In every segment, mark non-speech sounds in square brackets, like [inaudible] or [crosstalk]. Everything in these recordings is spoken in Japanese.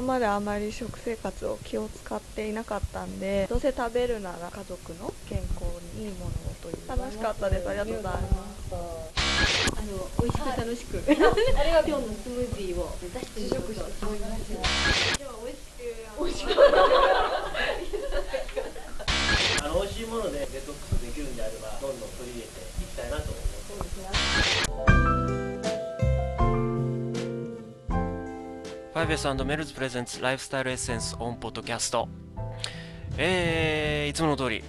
まであまり食生活を気を使っていなかったんでどうせ食べるなら家族の健康にいいものをという楽しかったですありがとうございますあの美味しく楽しく、今日のスムージーを目指していることあの美味しいものでデトックスできるんであればどんどん取り入れていきたいなと思いますファイブエスメルズプレゼンツライフスタイルエッセンスオンポッドキャストえー、いつもの通り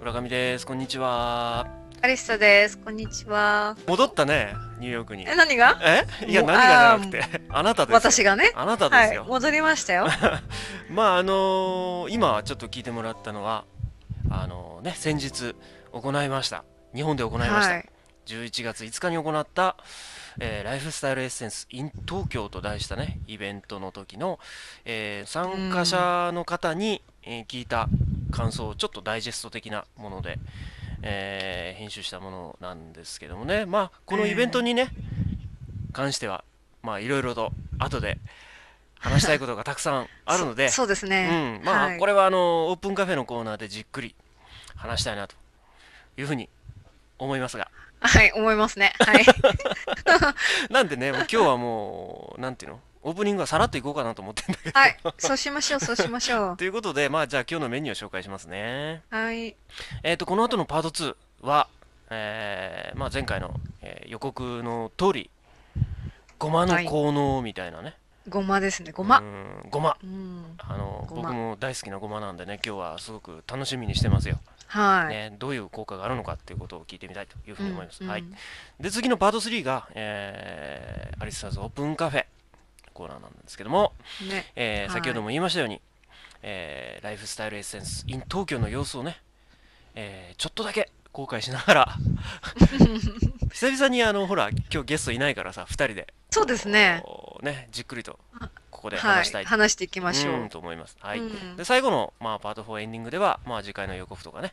村上ですこんにちはアリスタです。こんにちは。戻ったねニューヨークにえ、何がえいやもう何がじゃなくて [laughs] あなたです私がね。あなたはですい。よ、戻りましたよ。まああのー今ちょっと聞いてもらったのはあのーね先日行いました日本で行いました、はい。 11月5日に行った、えーライフスタイルエッセンス in 東京と題したねイベントの時の、えー参加者の方に、えー聞いた感想をちょっとダイジェスト的なもので、えー編集したものなんですけどもねまあこのイベントにね、関してはまあいろいろと後で話したいことがたくさんあるので [laughs] そそうですね。うん、まあ、はいこれはあのオープンカフェのコーナーでじっくり話したいなというふうに思いますがはい、思いますね。 [laughs] はい。なんでねもう今日はもうなんていうのオープニングはさらっといこうかなと思ってんだけどはい。そうしましょう、そうしまし [laughs] ょう。ということでまあじゃあ今日のメニューを紹介しますねはい。えっ、とこの後のパート2は、えーまあ、前回の、えー予告の通りごまの効能みたいなね、ごまですね、ごうま。んごまうん。あのごま僕も大好きなごまなんでね今日はすごく楽しみにしてますよ、はい。ね、どういう効果があるのかっていうことを聞いてみたいというふうに思います、うんはいうんで次のパート3が、えーアリスターズオープンカフェコーナーなんですけども、ね。えーはい先ほども言いましたように、えーライフスタイルエッセンス in 東京の様子をね、えーちょっとだけ後悔しなが [laughs] ら久々にあのほら今日ゲストいないからさ2人でそうですね。こうねじっくりとここでは話いしたい。と話していきましょんう。と思います、はいうんで最後の、まあ、パート4エンディングでは、まあ、次回の予告とかね、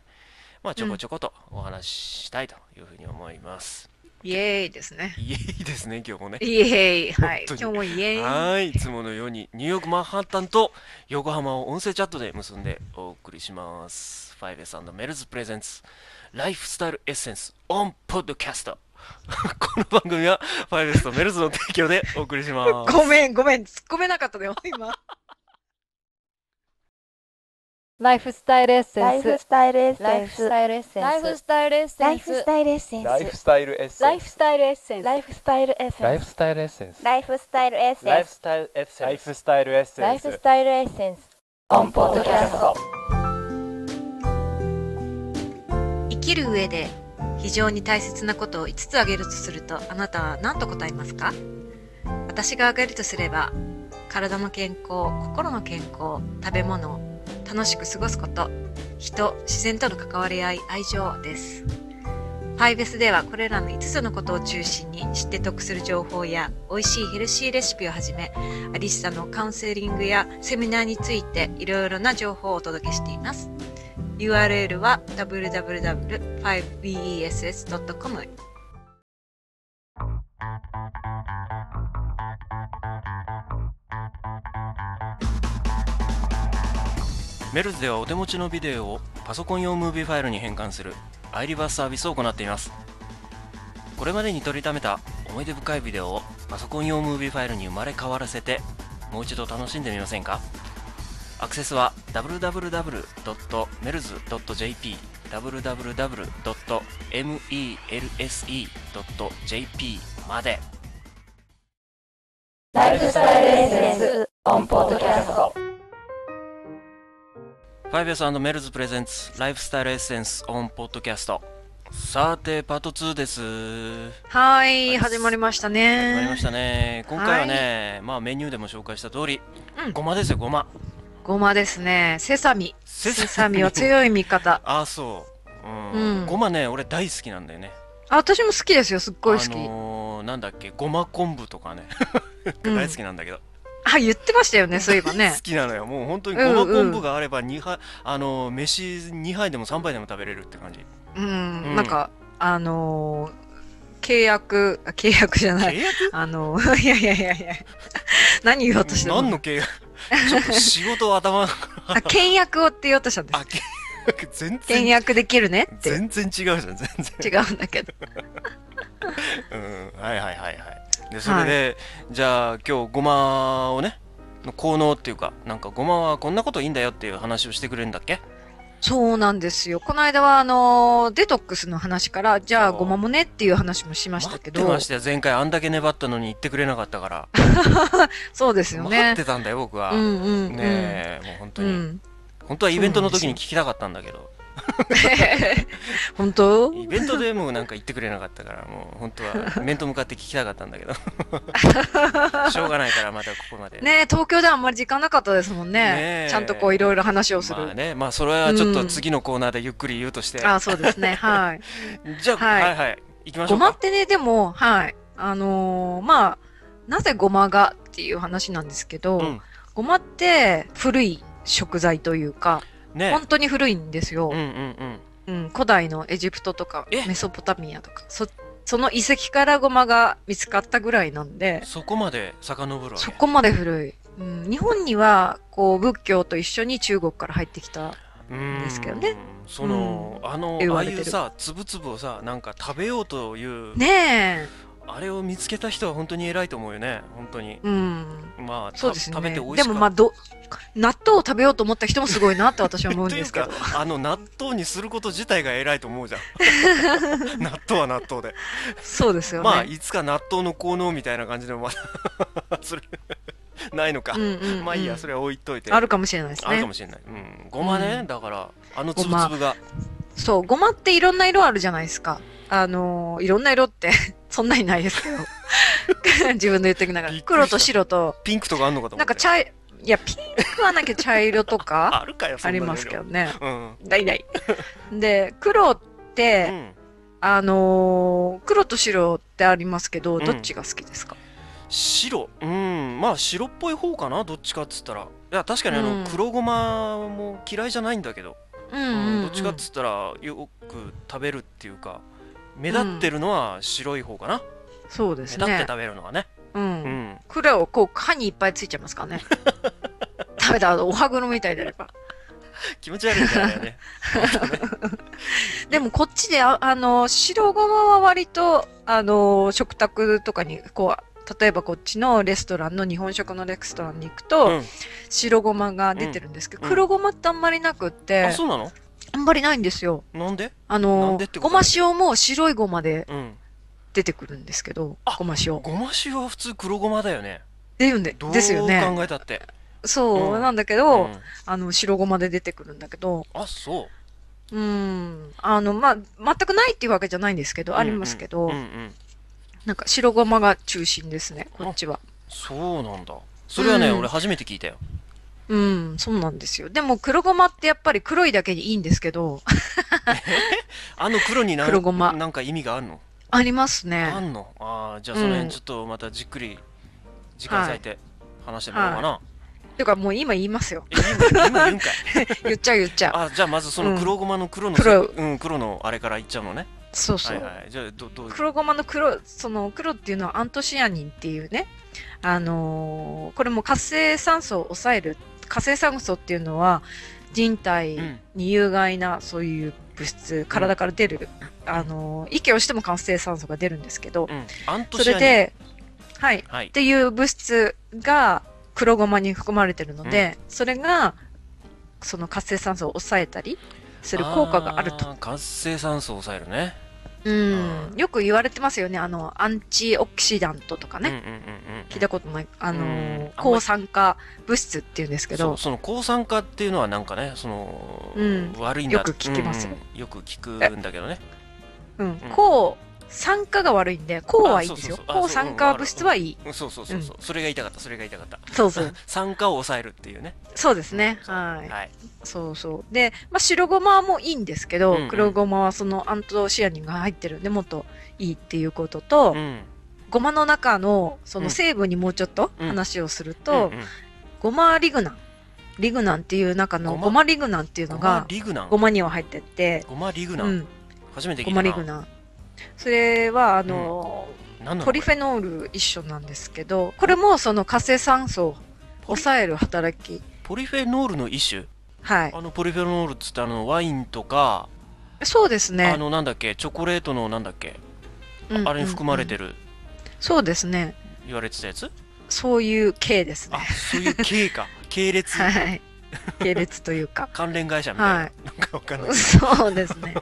まあ、ちょこちょことお話ししたいというふうに思います、イエーイですね。いえいいですね今日もねイエーイ。はい。本当今日にもイエーイ。はい、いつものようにニューヨークマンハッタンと横浜を音声チャットで結んでお送りします。ファイブスメルズプレゼンツライフスタイルエッセンスオンポッドキャスト。 [laughs] この番組はファイブスとメルズの提供でお送りします。ごめん、ごめん。突っ込めなかったでよ、今。ライフスタイルエッセラインフスス。タイルエッラセインフスス。タイルエッセンス。ライフスタイルエッライフスタイルエッセンライフス。スタイルエッセンス。ライフスタイルエッセンス。ライフスタイルエッセンライフス。スタイルエッセンス。ライフスタイルエッセンス。スタイルエッセンス。ライフスタイルライフスタイルエエッセッセンス。オンポッドキャスト。生きる上で非常に大切なことを5つ挙げるとするとあなたは何と答えますか私が挙げるとすれば体の健康心の健康食べ物楽しく過ごすこと人自然との関わり合い愛情ですパイベスではこれらの5つのことを中心に知って得する情報や美味しいヘルシーレシピをはじめアリッサのカウンセリングやセミナーについていろいろな情報をお届けしています URL は www.5bess.com メルズではお手持ちのビデオをパソコン用ムービーファイルに変換するアイリバースサービスを行っていますこれまでに撮りためた思い出深いビデオをパソコン用ムービーファイルに生まれ変わらせてもう一度楽しんでみませんかアクセスは www.melz.jp www.melse.jp までライフスタイルエッセンス。オンポッドキャスト。ファイブエスメルズプレゼンツライフスタイルエッセンスオンポッドキャストさてパート2ですはいい始まりました始まりまねしたね今回はね、まあメニューでも紹介した通り、うんごまですよごまごまですねセサミセセサミサミは強い味 [laughs] 方ああそう、うんうんごまね俺大好きなんだよねあ私も好きですよすっごい好き、あのーなんだっけごま昆布とかねうん大好きなんだけど、あ言ってましたよねそういえばね [laughs] 好きなのよもう本当にうんごまうん昆布があれば2杯、あのー飯2杯でも3杯でも食べれるって感じうん、うんなんかあのー契約 [laughs] あ契約じゃない契約 [laughs] あのーいやいやいやいや何言おうとしてる何の契約ちょっと仕事を頭の中あ、倹約をって言おうとしたんです。あ、倹約全倹然、約できるねって全然違うじゃん、全然。違うんだけど。うん、はいはいはいはい。で、それで、じゃあ今日ごまをね、の効能っていうか、なんかごまはこんなこといいんだよっていう話をしてくれるんだっけそうなんですよ。この間は、あのーデトックスの話から、じゃあそうごまもねっていう話もしましたけど待って、ましたよ、前回あんだけ粘ったのに言ってくれなかったから。そうですよ待っね。てたんだよ、僕は。うんうんうん。ねえ、もう本当うに、ん、本当はイベントの時に聞きたかったんだけど、 [laughs] 本当イベントでもなんか言ってくれなかったから、もう本当は面と向かって聞きたかったんだ [laughs] けど、しょうがないからまたここまで。ねえ東京ではあんまり時間なかったですもんね。ねえちゃんとこういろいろ話をする。まあね、まあそれはちょっと次のコーナーでゆっくり言うとして、あそうですね。 [laughs] はい。じゃあ、は、はいいはい行きましょごうまかっ。てね、でも、はい。あのーまあ、なぜごまがっていう話なんですけど、うんごまって古い食材というか、ね本当に古いんですようんう。んうん、古代のエジプトとかえメソポタミアとかそその遺跡からゴマが見つかったぐらいなんうでん。そこまで遡るわけ。そこまで古い、うん、日本にはこう仏教と一緒に中国から入ってきたうんですけどね。その、あの言ああわれいてるうさ粒々をさなんか食べようという、ねあれを見つけた人は本当に偉いと思うよね本当にえうんまあたそうですね食べて美味しでくもまあど納豆を食べようと思った人もすごいなって私は思う [laughs] んといでうすけかどあの納豆にすること自体が偉いと思うじゃ [laughs] ん納豆は納豆で、そうですよね、まあいつか納豆の効能みたいな感じでもまた [laughs] それないのか、うんうんうんまあいいやそれは置いといてあるかもしれないですあるかねもしれない、うん、ごまね、うんだからあのご粒ま々がそうゴマっていろんな色あるじゃないですかあのーいろんな色って [laughs] そんなにないですけど [laughs] 自分で言ってきながびっらくりした黒と白とピンクとかあんのかと思なっんてか茶い、いや、ピンクはなきゃ茶色とか [laughs] あるかよそあんなりのますけどね。うんないない。 [laughs] で、黒っうて、ん、あのー黒と白ってありますけど、うんどっちが好きですか白うんまあ白っぽい方かなどっちかっつったらいや確かにあの、うん黒ごまも嫌いじゃないんだけど、うんううんんうん。どっちかっつったらよく食べるっていうか目立ってるのは白い方かな、そうで目す立ってね。食べるのはねう。うんん黒をこう、歯にいっぱいついちゃいま [laughs] すからね。食べた後、お歯黒みたいであれば。気持ち悪いみたいだよ [laughs] ねでもこっちで、あ、あのー白ごまは割と、あのー食卓とかに、こう、例えばこっちのレストランの日本食のレストランに行くと、うん白ごまが出てるんですけど、うん黒ごまってあんまりなくってあそうなのあんまりないんですよなんであなんのでってことごま塩も白いごまでうん出てくるんですけどあごま塩ってごま塩は普通黒ごまだよね言うんでどう考ですよねえたって、そう、うんなんだけど、うんあの白ごまで出てくるんだけどあそううんあのまあ全くないっていうわけじゃないんですけど、ありますけうど、んうんうんうんなんか白ごまが中心ですねこっちはそうなんだそれはね、うん俺初めて聞いたようんそうなんですよでも黒ごまってやっぱり黒いだけにいいんですけど [laughs] あの黒にな黒ごまなんか意味があるのありますねあんのあーじゃあそのう辺んちょっとまたじっくり時間割いて話してもらおうかな、ていうかもう今言いますよえ今今言 [laughs] うんかい言っちゃう言っちゃ [laughs] うあじゃあまずその黒ごまの黒の、黒うん、黒のあれからいっちゃうのねそうそはう、いはいじゃあどどう黒ごまの黒その黒っていうのはアントシアニンっていうねあのーこれも活性酸素を抑える活性酸素っていうのは人体うんに有害なそういう物質体から出る、あのー息をしても活性酸素が出るんですけどうんアントそシアれニンではいっはいていう物質が黒ごまに含まれてるので、それがその活性酸素を抑えたりする効果があるとあー活性酸素を抑えるねうん、よく言われてますよね。あの、アンチオキシダントとかね。うんうんうんうん聞いたことない。あのーうん抗酸化物質っていうんですけそどう、その抗酸化っていうのはなんかねその、うん悪いんだよく聞きますうんうんよく聞くんだけどねうん、抗酸化が悪いんで、抗はいいんですよあ。そうそうそうあ抗酸化物質はいい。うんそうそうそうそう、それが痛かったそれが痛かったそうそう。酸化を抑えるっていうねそうですね。ははいい。そうそう。で、まあ、白ごまもいいんですけど、うんうん黒ごまはそのアントシアニンが入ってるんで、もっといいっていうことと、うんごまの中のその成分にもうちょっとうん話をすると、うんうんごまリグナン。リグナンっていう中のごまごまリグナンっていうのゴがマ、リグナンごまには入ってて、ゴマリグナうン、ん、初めて聞いごたまリグナン。それは、あの、何なのポリフェノール一緒なんですけど、これもその活性酸素を抑える働きポリフェノールの一種はいあのポリフェノールっつってあのワインとか、そうですあねのなんだっけチョコレートのなんだっけうんあれに含まれうんてるそうですね言われてたやつそういう系ですあねそういう系 [laughs] か系列 [laughs] はい系列というか関連会社みたいな、はなんかわかんないいそうですね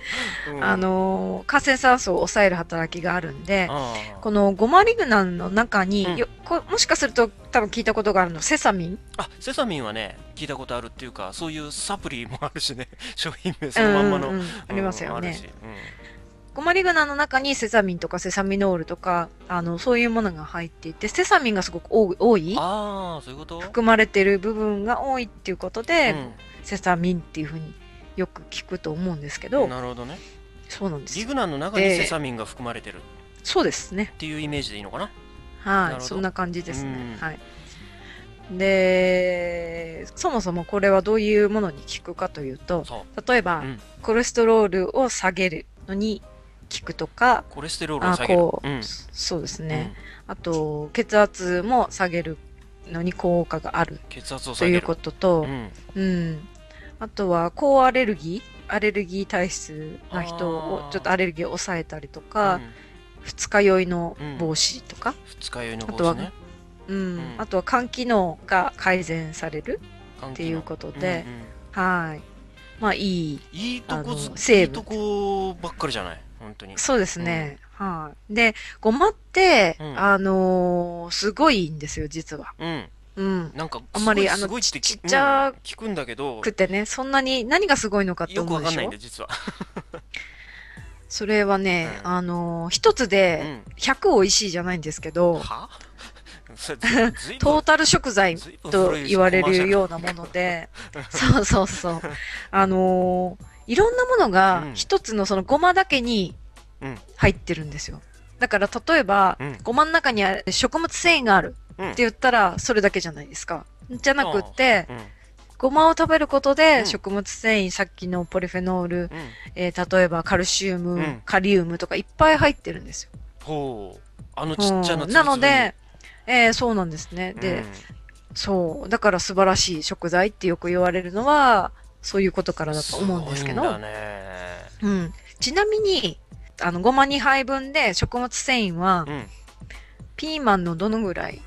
うんあのー活性酸素を抑える働きがあるんであーこのゴマリグナンの中うんによ、こもしかすると多分聞いたことがあるのセサミンあセサミンはね聞いたことあるっていうかそういうサプリもあるしね [laughs] 商品名そのまんまの、うんうんうんありますうんよあるねし、うんゴマリグナンの中にセサミンとかセサミノールとかあのそういうものが入っていてセサミンがすごく多多いああそういうこと含まれてる部分が多いっていうことで、うセサミンっていうふうによく聞くと思うんですけん、どなるほどねそうなんですリよグナンの中にでセサミンが含まれてるっそうですねていうイメージでいいのかななるはほいどそんな感じですねうんはいでそもそもこれはどういうものに効くかというとそう例えば、うんコレステロールを下げるのに効くとかコレステロールをあ下げるこう、うんそうですね、あと血圧も下げるのに効果があるうん血圧をと下いげうることとう、んうんあとは高アレルギーアレルギー体質な人あをーちょっとアレルギーを抑えたりとうか、ん二日酔いの防止とか、二日酔いのあと防止はねうんうんあとは肝機能が改善されるっっていうこととで、はいまあいいいいとこずあのい成い分とこばっかりじゃない本当にそうですね、はいでごまって、うんあのーすごいいいんですよ実はうんうんなんかあんまりあのすごいってちっちゃうん聞くんだけどくってねそんなに何がすごいのかってよく思わうでかんしないんょだよ実はそれはね、うんあのー一つうでん100美味しいじゃないんですけど、はそれずずいぶトーんタル食材ずいぶんと古い言われコマーシャるルようなも [laughs] ので、そうそうそう。あのーいろんなものうがん一つのそのごまだけにうん入ってるんですよ。だから例えばうん、ごまの中にある食物繊維があるうんって言ったら、それだけじゃないですか。じゃなくって、うんごまを食べることうんで食物繊維、さっきのポリフェノール、うんえー例えばカルシウム、うんカリウムとかいっぱい入ってるんですよ。ほうあのちっちゃなうつぶつぶんになので、えーそうなんですね。うで、んそう。だから素晴らしい食材ってよく言われるのは、そういうことからだと思うんですけごいどんだ。ねうん。ちなみに、あの、ごま2杯分で食物繊維はう、んピーマンのどのぐらい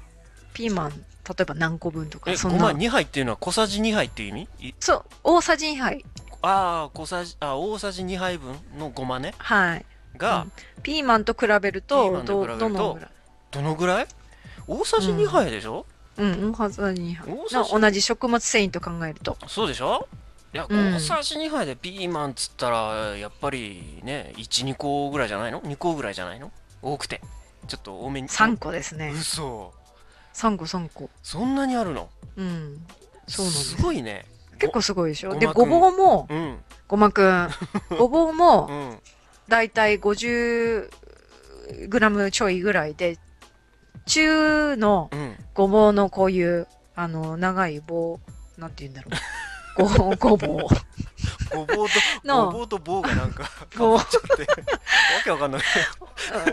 ピーマン、例えば何個分とか、えそごんまな。 2杯っていうのは小さじ2杯っていう意味いそう、大さじ2杯。ああ小さじあ大さじ2杯分のごまねはい。がピーマンと比べるピーマと、ンとど比べるとどのぐらいどのぐらい大さじ2杯でしょうん、大さじ2杯。大さじの同じ食物繊維と考えると。そうでしょいや、うん大さじ2杯でピーマンっつったらやっぱりね12個ぐらいじゃないの2個ぐらいじゃないの多くてちょっと多めに3個ですね。嘘3個、3個。そんなにあるのうん。そうなんですすごいね結構すごいでしょごで、ごまごくんぼうも、うんごまくん。ごぼううも、んだいたい50グラムちょいぐらいで、中のうんごぼうのこういう、あの、長い棒、なんて言うんだろう。ご、ごぼう。ごぼうと [laughs] のごぼうと棒がなん [laughs] かかごぶっちゃってわけわかん [laughs] ない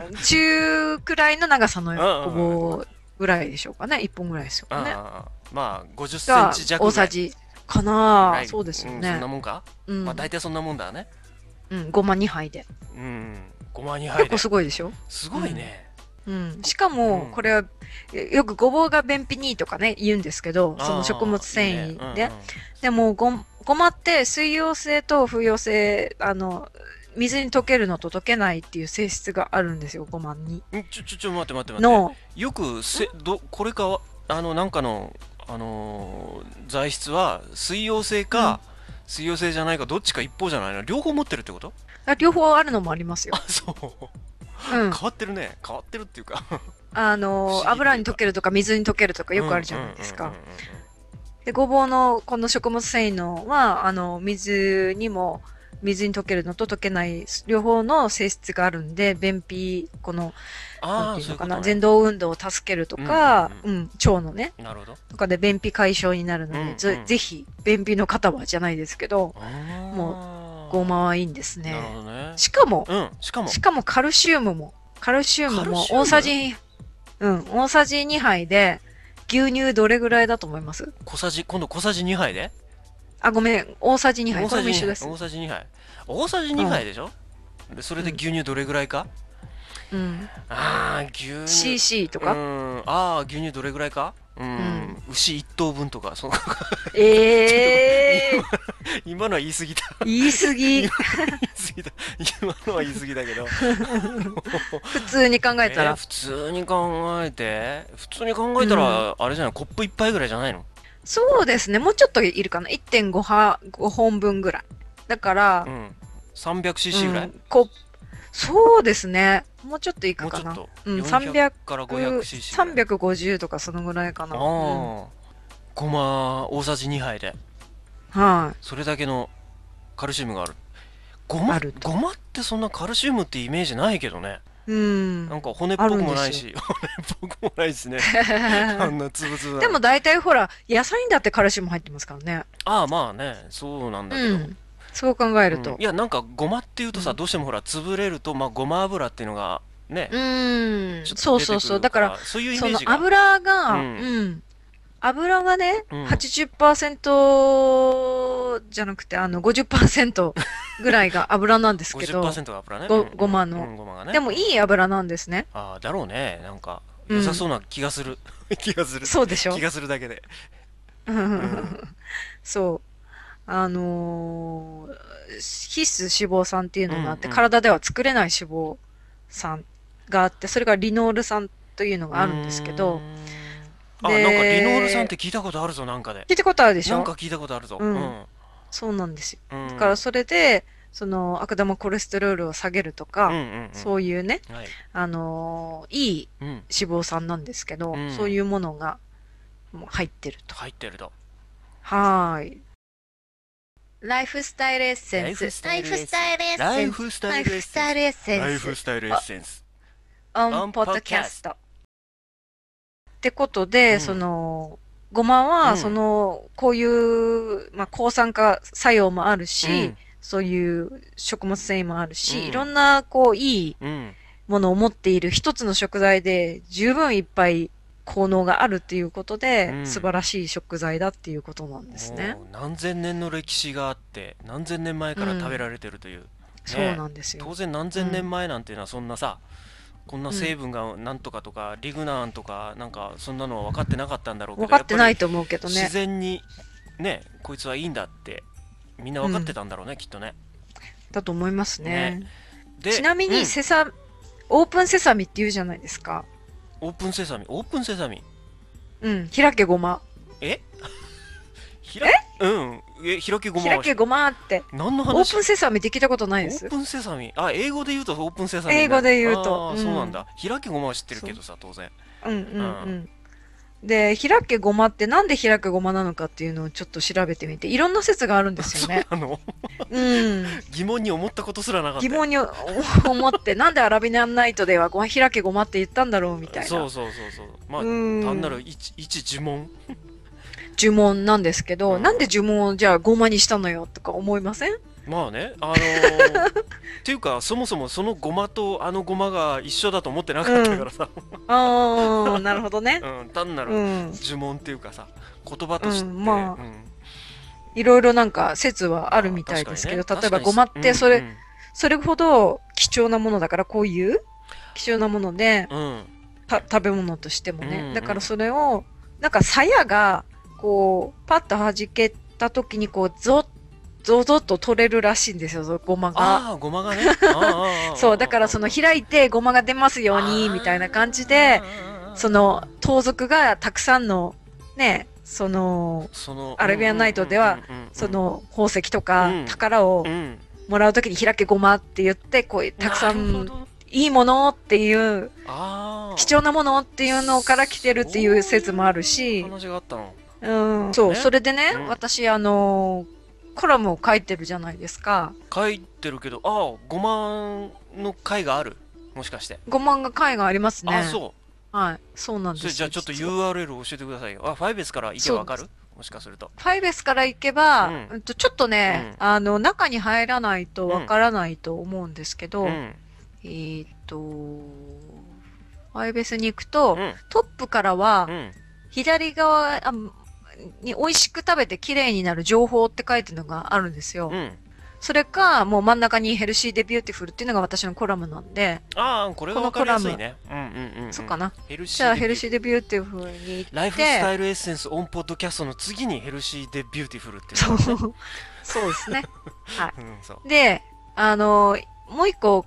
うん中くらいの長さのうごんうんうんぼうぐらいでしょうかね。1本ぐらいですよね。ああまあ50センがチ、弱ぐらい大さじかはないそうですよんそんねな。もんか、うんまあ。大体そんなもんだねうん、ごま2杯で。うん5万2杯結で構すごいでしょすごいね、うん、しかうんも、これは、えよくごぼうが便秘にいいとかね、言うんですけど、そあのー食物繊維いいでね。でも、ご、ごまって水溶性と不溶性、あの、水に溶けるのと溶けないっていう性質があるんですよ、ごまに。うんうんちょちょちょ待って待って待っての、よくせどこれかはあのなんかのあのー材質は水溶性か、水溶性じゃないかどっちか一方じゃないの両方持ってるってことあ両方あるのもありますよあ。そううん変。わってるね変わってるっていうかあ不思議のという、か油に溶けるとか水に溶けるとかよくあるじゃないですうかんうん。うんうんで、ごぼうのこの食物繊維のは、あの、水にも、水に溶けるのと溶けない両方の性質があるんで、便秘、この、あなんあていうそういうこのかとな、ね前動運動を助けるとか、ううんん腸のね、なるほどとかで便秘解消になるので、うんうんぜぜひ、便秘の方はじゃないですけど、もごまはいいんですなるほね。どねしかも、うんしかもしかもカルシウムも、カルシウムカルもシウム大さじ、うん、大さじ2杯で、牛乳どれぐらいだと思います小さじ今度小さじ2杯であ、ごめん、大さじ2杯。大こされじも一緒2杯です。大さじ2杯大さじ2杯でしょ、でそれで牛乳どれぐらいか、うん。ああ牛乳 CC ととか。うんああ牛乳どれぐらいかうん、牛1頭分とかそのええー、 [laughs] 今のは言い過ぎた [laughs] 言い過ぎ。言い過ぎた今のは言い過ぎだけど普通に考えたえーら。普通に考えて普通に考えたら、あれじゃないコップ1杯ぐらいじゃないのそうですね。もうちょっといるかな。1.5は5本分ぐらい。だからう、ん 300cc ぐらい、うんこそうですね。もうちょっといもうくちょかっな。と、うん400からうん 500cc ぐらい350とかそのぐらいかな。うんああ、ごま大さじ2杯ではい。それだけのカルシウムがあるごまあるごまってそんなカルシウムってイメージないけどねうんな。んか骨っぽくもないし [laughs] 骨っぽくもないしね [laughs] あんなつぶつぶなでも大体ほら、野菜にだってカルシウム入ってますからね。ああまあねそうなんだけうど、ん。そう考えるうとんい。やなんかごまっていうとさ、うんどうしてもほら潰れるとまあごま油っていうのがね、うん。ちょっそとう出てそうそくう。るだから、そういうイそメーのジが油が、ううんん、油がね、うん80%じゃなくて、あの、50%ぐらいが油なんですけど、 50%が油ねごうんごまのうんごまがねでもいい油なんですね。ああだろうねなんかうん良さそうな気がする、 [laughs] 気がするそうでしょ気がするだけでん [laughs] そう。あのー必須脂肪酸っていうのがあって、うんうん体では作れない脂肪酸があって、それがリノール酸というのがあるんですけうーどん、あでなんかリノールさんって聞いたことあるぞなんかで聞いたことあるでしなんょか聞いたことあるぞうんうんそうなんですよ。うんだからそれで、その悪玉コレステロールを下げるとか、うんうんうんそういうね、はいあのーいいうん脂肪酸なんですけど、うんそういうものがもう入ってると。入ってるとはーい。ライフスタイルエッセンス。ライフスタイルエッセンスライフスタライイルエフッスセタンイルエッセスンライスフ。スタイルエッセンスオンポッドキャスト。ってことうで、んその、ごまは、うんその、こういう、まあ、抗酸化作用もあるし、そういう食物繊維もあるし、うんいろんな、こう、いいうんうんものを持っている一つの食材で十分いっぱい効能があるっていうことで、うん素晴らしい食材だっていうことなんですね。もう何千年の歴史があって何千年前から食べられてるというそうなんですよ。当然何千年前なんていうのはそんなさ、こんな成分がなんとかとか、リグナンとかなんかそんなのは分かってなかったんだろうけど分かってないやと思うけぱどりね自。然にねこいつはいいんだってみんな分かってたんだろうね、きっとねだと思いますね。でちなみうんに、セサ、オープンセサミって言うじゃないですか。オープンセサミオープンセサミうん、開けごま。えひらうんえ開けごま開けごまって。何のオ話ープンセサミって聞いたことないオでーすプ。ンセサミあ英語で言うとオープンセサミになる英語で言うとあーうんそうなんだ開けごまは知ってるけどさ当然うんうんううん。で、開けごまってなんで開けごまなのかっていうのをちょっと調べてみて、いろんな説があるんです [laughs] よね。あのうん。疑問に思ったことすらなかった疑よ問にお思って、なんでアラビナンナイトではごま開けごまって言ったんだろうみたいな。そうそうそうそうまあうん単なる一一呪文呪文なんですけど、うんなんで呪文をじゃあごまにしたのよとか思いま [laughs] せんまあねあの [laughs] ー、っていうかそもそもそのゴマとあのゴマが一緒だと思ってなかったからさ、ああ、なるほどね。うん単なうるん。呪文っていうかさ言葉として、うんまあんいろいろなんか説はあるみたいですけど、確例えかばにねごまってそれ、うんそれほど貴重なものだから、こういう貴重なもので、うんうんた食べ物としてもね。うんうんだからそれを、なんか鞘が、こう、パッと弾けた時に、こう、ゾッ、ゾゾッと取れるらしいんですよ、ごまが。ああごまがねあーあーあー [laughs] そう、だからその開いてごまが出ますように、みたいな感じで、その盗賊がたくさんの、ね、その、そのアラビアンナイトではうんうんうんうんその宝石とかうん宝をうんもらうときに開けごまって言って、こう、たくさなるんほどいいものっていう、あー貴重なものっていうのから来てるっていう説もあるし、話があったのうん、そう、ねそれでね、うん私、あのーコラムを書いてるじゃないですか。書いてるけどああごまの回があるもしかして5万が回がありますね。。あそうはい、そうなんそですよれじゃあちょっと実は URL 教えてくださいよあファイベスから行けばわかるもしかするとファイベスから行けば、うんうんとちょっとね、あの、中に入らないとわからないと思うんですけど、うんえーっと、ファイベスに行くと、うんトップからはうん左側あに美味しく食べて綺麗になる情報って書いてるのがあるんですよ。うん。それか、もう真ん中にヘルシーでビューティフルっていうのが私のコラムなんで、ああ、これが分かりやすいね。うんうんうんうん。そうかな。ヘルシー。じゃあヘルシーでビューティフルに行って、ライフスタイルエッセンスオンポッドキャストの次にヘルシーでビューティフルっていそうう。そうで [laughs] すね。うん、そう。で、あの、もう一個、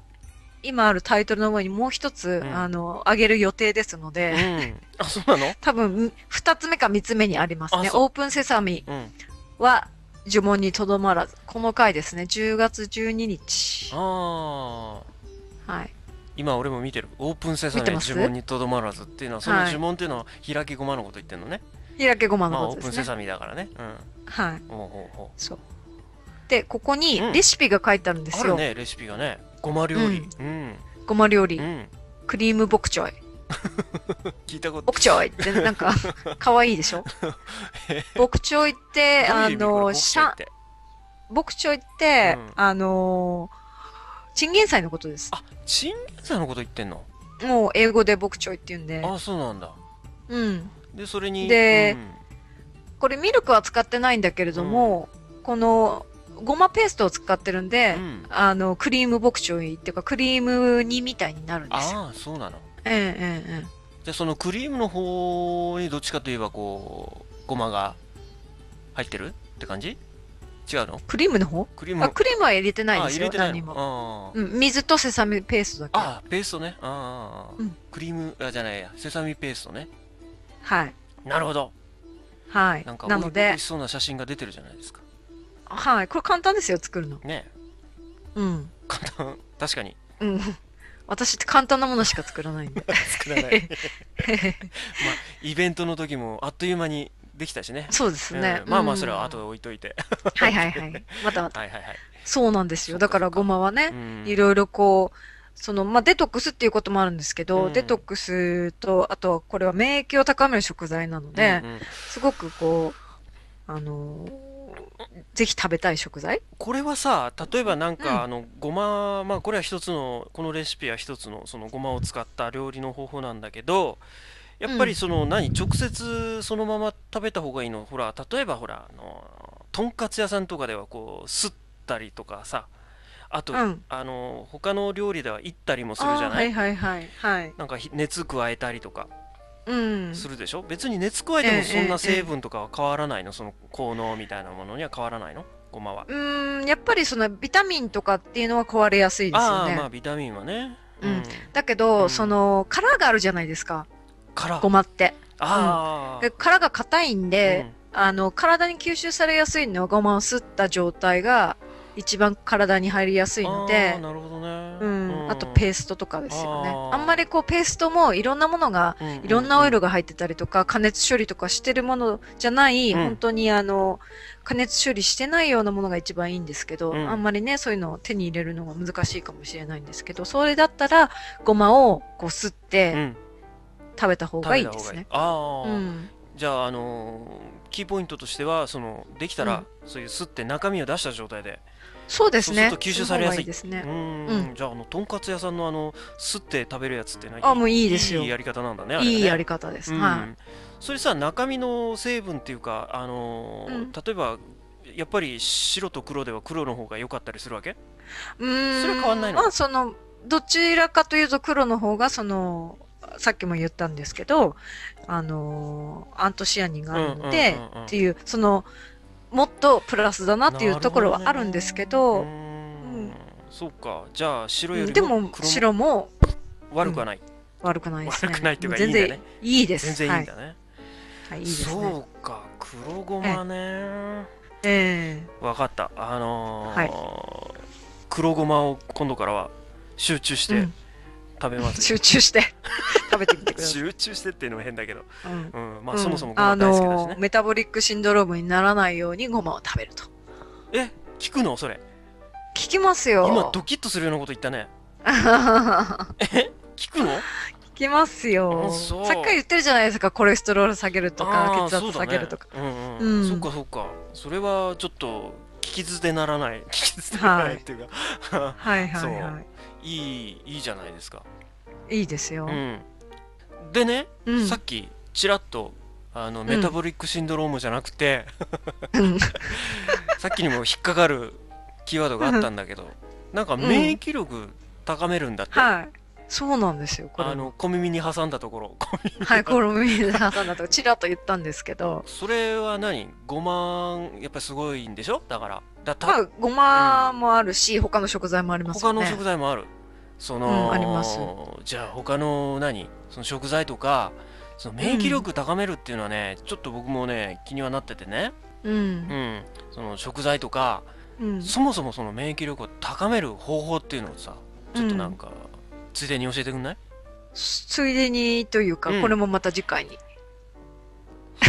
今あるタイトルの上にもう一つ、うんあの、あげる予定ですのうで、ん。あ、そうなの多分、二つ目か三つ目にありますねあ。そうオープンセサミうん。は呪文にとどまらず、この回ですね、10月12日。ああ。はい。今俺も見てる。オープンセサミ見てます呪文にとどまらずっていうのは、そのはい呪文っていうのは開きごまのこと言ってんのね。開けごままあのこオーとでプンすセね。サミだからね。うん。はい。ほうほうほう。そう。で、ここにうんレシピが書いてあるんであするよ。ね、レシピがね。ごま料理。うん。ごま料う理、ん。クリームボクチョイ。聞いたことボクチョイってな [laughs] んか、可愛いでしょボクチョイって、あの、シャン、てボクチョイって、うんあのーチンゲン菜のことです。あ、チンゲン菜のこと言ってんのもう英語でボクチョイって言うんで。あ、そうなんだ。うん。で、それに。でうんこれミルクは使ってないんだけれども、この、ごまペーストを使ってるんで、うんあの、クリームボクチョイっていうか、クリーム煮みたいになるんですよ。ああ、そうなの。ええええええじゃあそのクリームの方にどっちかといえばこうごまが入ってるって感じ違うのクリームの方クリームあ、クリームは入れてないあです入よれ、てない何も。のあーうん、水とセサミペーストだけ。あーペーストねあー、あーあーうんクリームあじゃないやセサミペーストねはい。なるほどはい。なんかなの美で味し、そうな写真が出てるじゃないですかはい。これ簡単ですよ、作るの。ねうん。簡単確かにうん。 [laughs] 私って簡単なものしか作らないんで。作らないイベントの時もあっという間にできたしね [laughs] そうですね。うんまあまあそれはうん後で置いといてはいはいはい。またまた。はいはいはいそうなんですそよ。っかだからごまはうね、んいろいろこう、その、まあ、デトックスっていうこともあるんですけど、うんデトックスと、あとはこれは免疫を高める食材なので、うんうんすごくこう、あのぜひ食べたい食材これはさ例えばなんうんかあのごままあこれは一つのこのレシピは一つのそのごまを使った料理の方法なんだけどやっぱうりんその何直接そのまま食べた方がいいのほら例えばほらあのとんかつ屋さんとかではこうすったりとかさあとうんあの他の料理では行ったりもすあるあじゃーなはいいはいはい。はい。なんかひ熱加えたりとかうん。するでしょ別に熱加えてええもそんええな成分とかは変わらないのその効能みたいなものには変わらないのごまはうーん、やっぱりそのビタミンとかっていうのは壊れやすいですよああね。まあビタミンはねうんうんだけど、うんその殻があるじゃないですか、からごまって。あで殻が硬いんあ、で、あの体に吸収されやすいのはごまをすった状態が一番体に入りやすいうんのあーで、なるほどね。うん、あとーペーストとかですよね。あーあんまりこうペーストもいろんなものが、スいろんなオイルが入ってたりとか、加熱処理とかしてるものじゃない、うん本当にあの、加熱処理してないようなものが一番いいんですけど、うんあんまりね、そういうのを手に入れるのが難しいかもしれないんですけど、それだったら、ごまをこうすっうてん食べた方食べた方がいいですね。ああ、うん。じゃああのーキーポイントとしてはそのできたら、うんそういうすって中身を出した状態で。そうですね。そうすると吸収されやすいその方がうですね。んうじゃああのとんかつ屋さんのあのすって食べるやつって何あ、もういいですよ。いいいややり方なんだね。あれねり方です。うんはい。それさ中身の成分っていうかあのーうん例えばやっぱり白と黒では黒の方が良かったりするわけ？うーん。それ変わんないのまあ、その、どちらかというと黒の方が、その、さっきも言ったんですけど、あのーアントシアニンがあるので、うんうんうんうんっていう、その、もっとプラスだなっていうところはあるんですけうーど、うんんそうかじゃあ白うよんりでもも黒も白も悪くはない、悪くないですね。悪くないっていうか全いいんだ然ねいいです。全然いいんだね、はい、はい、いいですね。そうか黒ごまねえわかったあのー黒ごまを今度からは集中しえうてん食べますよ、集中して [laughs] 食べてみてください。集中してっていうのも変だけど、うんうん、まあ、うんそもそもごま大好きだしあのねー、メタボリックシンドロームにならないようにごまを食べると。え聞くのそれ聞きますよ。今ドキッとするようなこと言った [laughs] ね聞聞くのきますよ。あさそっうきから言ってるじゃないですか、コレステロール下げるとか、あー血そ圧うだ下ねげるとか。うんううんん、そっかそっかそれはちょっと聞き捨てならない [laughs] 聞き捨てならないっていうか、はいはいはい [laughs] いいいじゃないですか、い。いいですよう。ん、でね、うんさっきちらっとあのんメタボリックシンドロームじゃなくて、 [laughs] うんさっきにも引っかかるキーワードがあったんだけどなんか免疫力高めるんだって、 [laughs] はい。そうなんですよ、これあ。の小耳に挟んだところ小耳はい、コロミールさんだとちらっと言ったんですけど、それは何5万やっぱりすごいんでしょだからだた、まあ、ごまもあるし、他の食材もあります他よのね。食材もあるその、うんありますじゃあ他の何その食材とかその免疫力高めるっていうのはね、ちょっと僕もね気にはなっててね、う。うんん、その食材とか、うん。そもそもその免疫力を高める方法っていうのをさちょっとなんか、ついでに教えてくんないついでにというか、うんこれもまた次回に。 [laughs]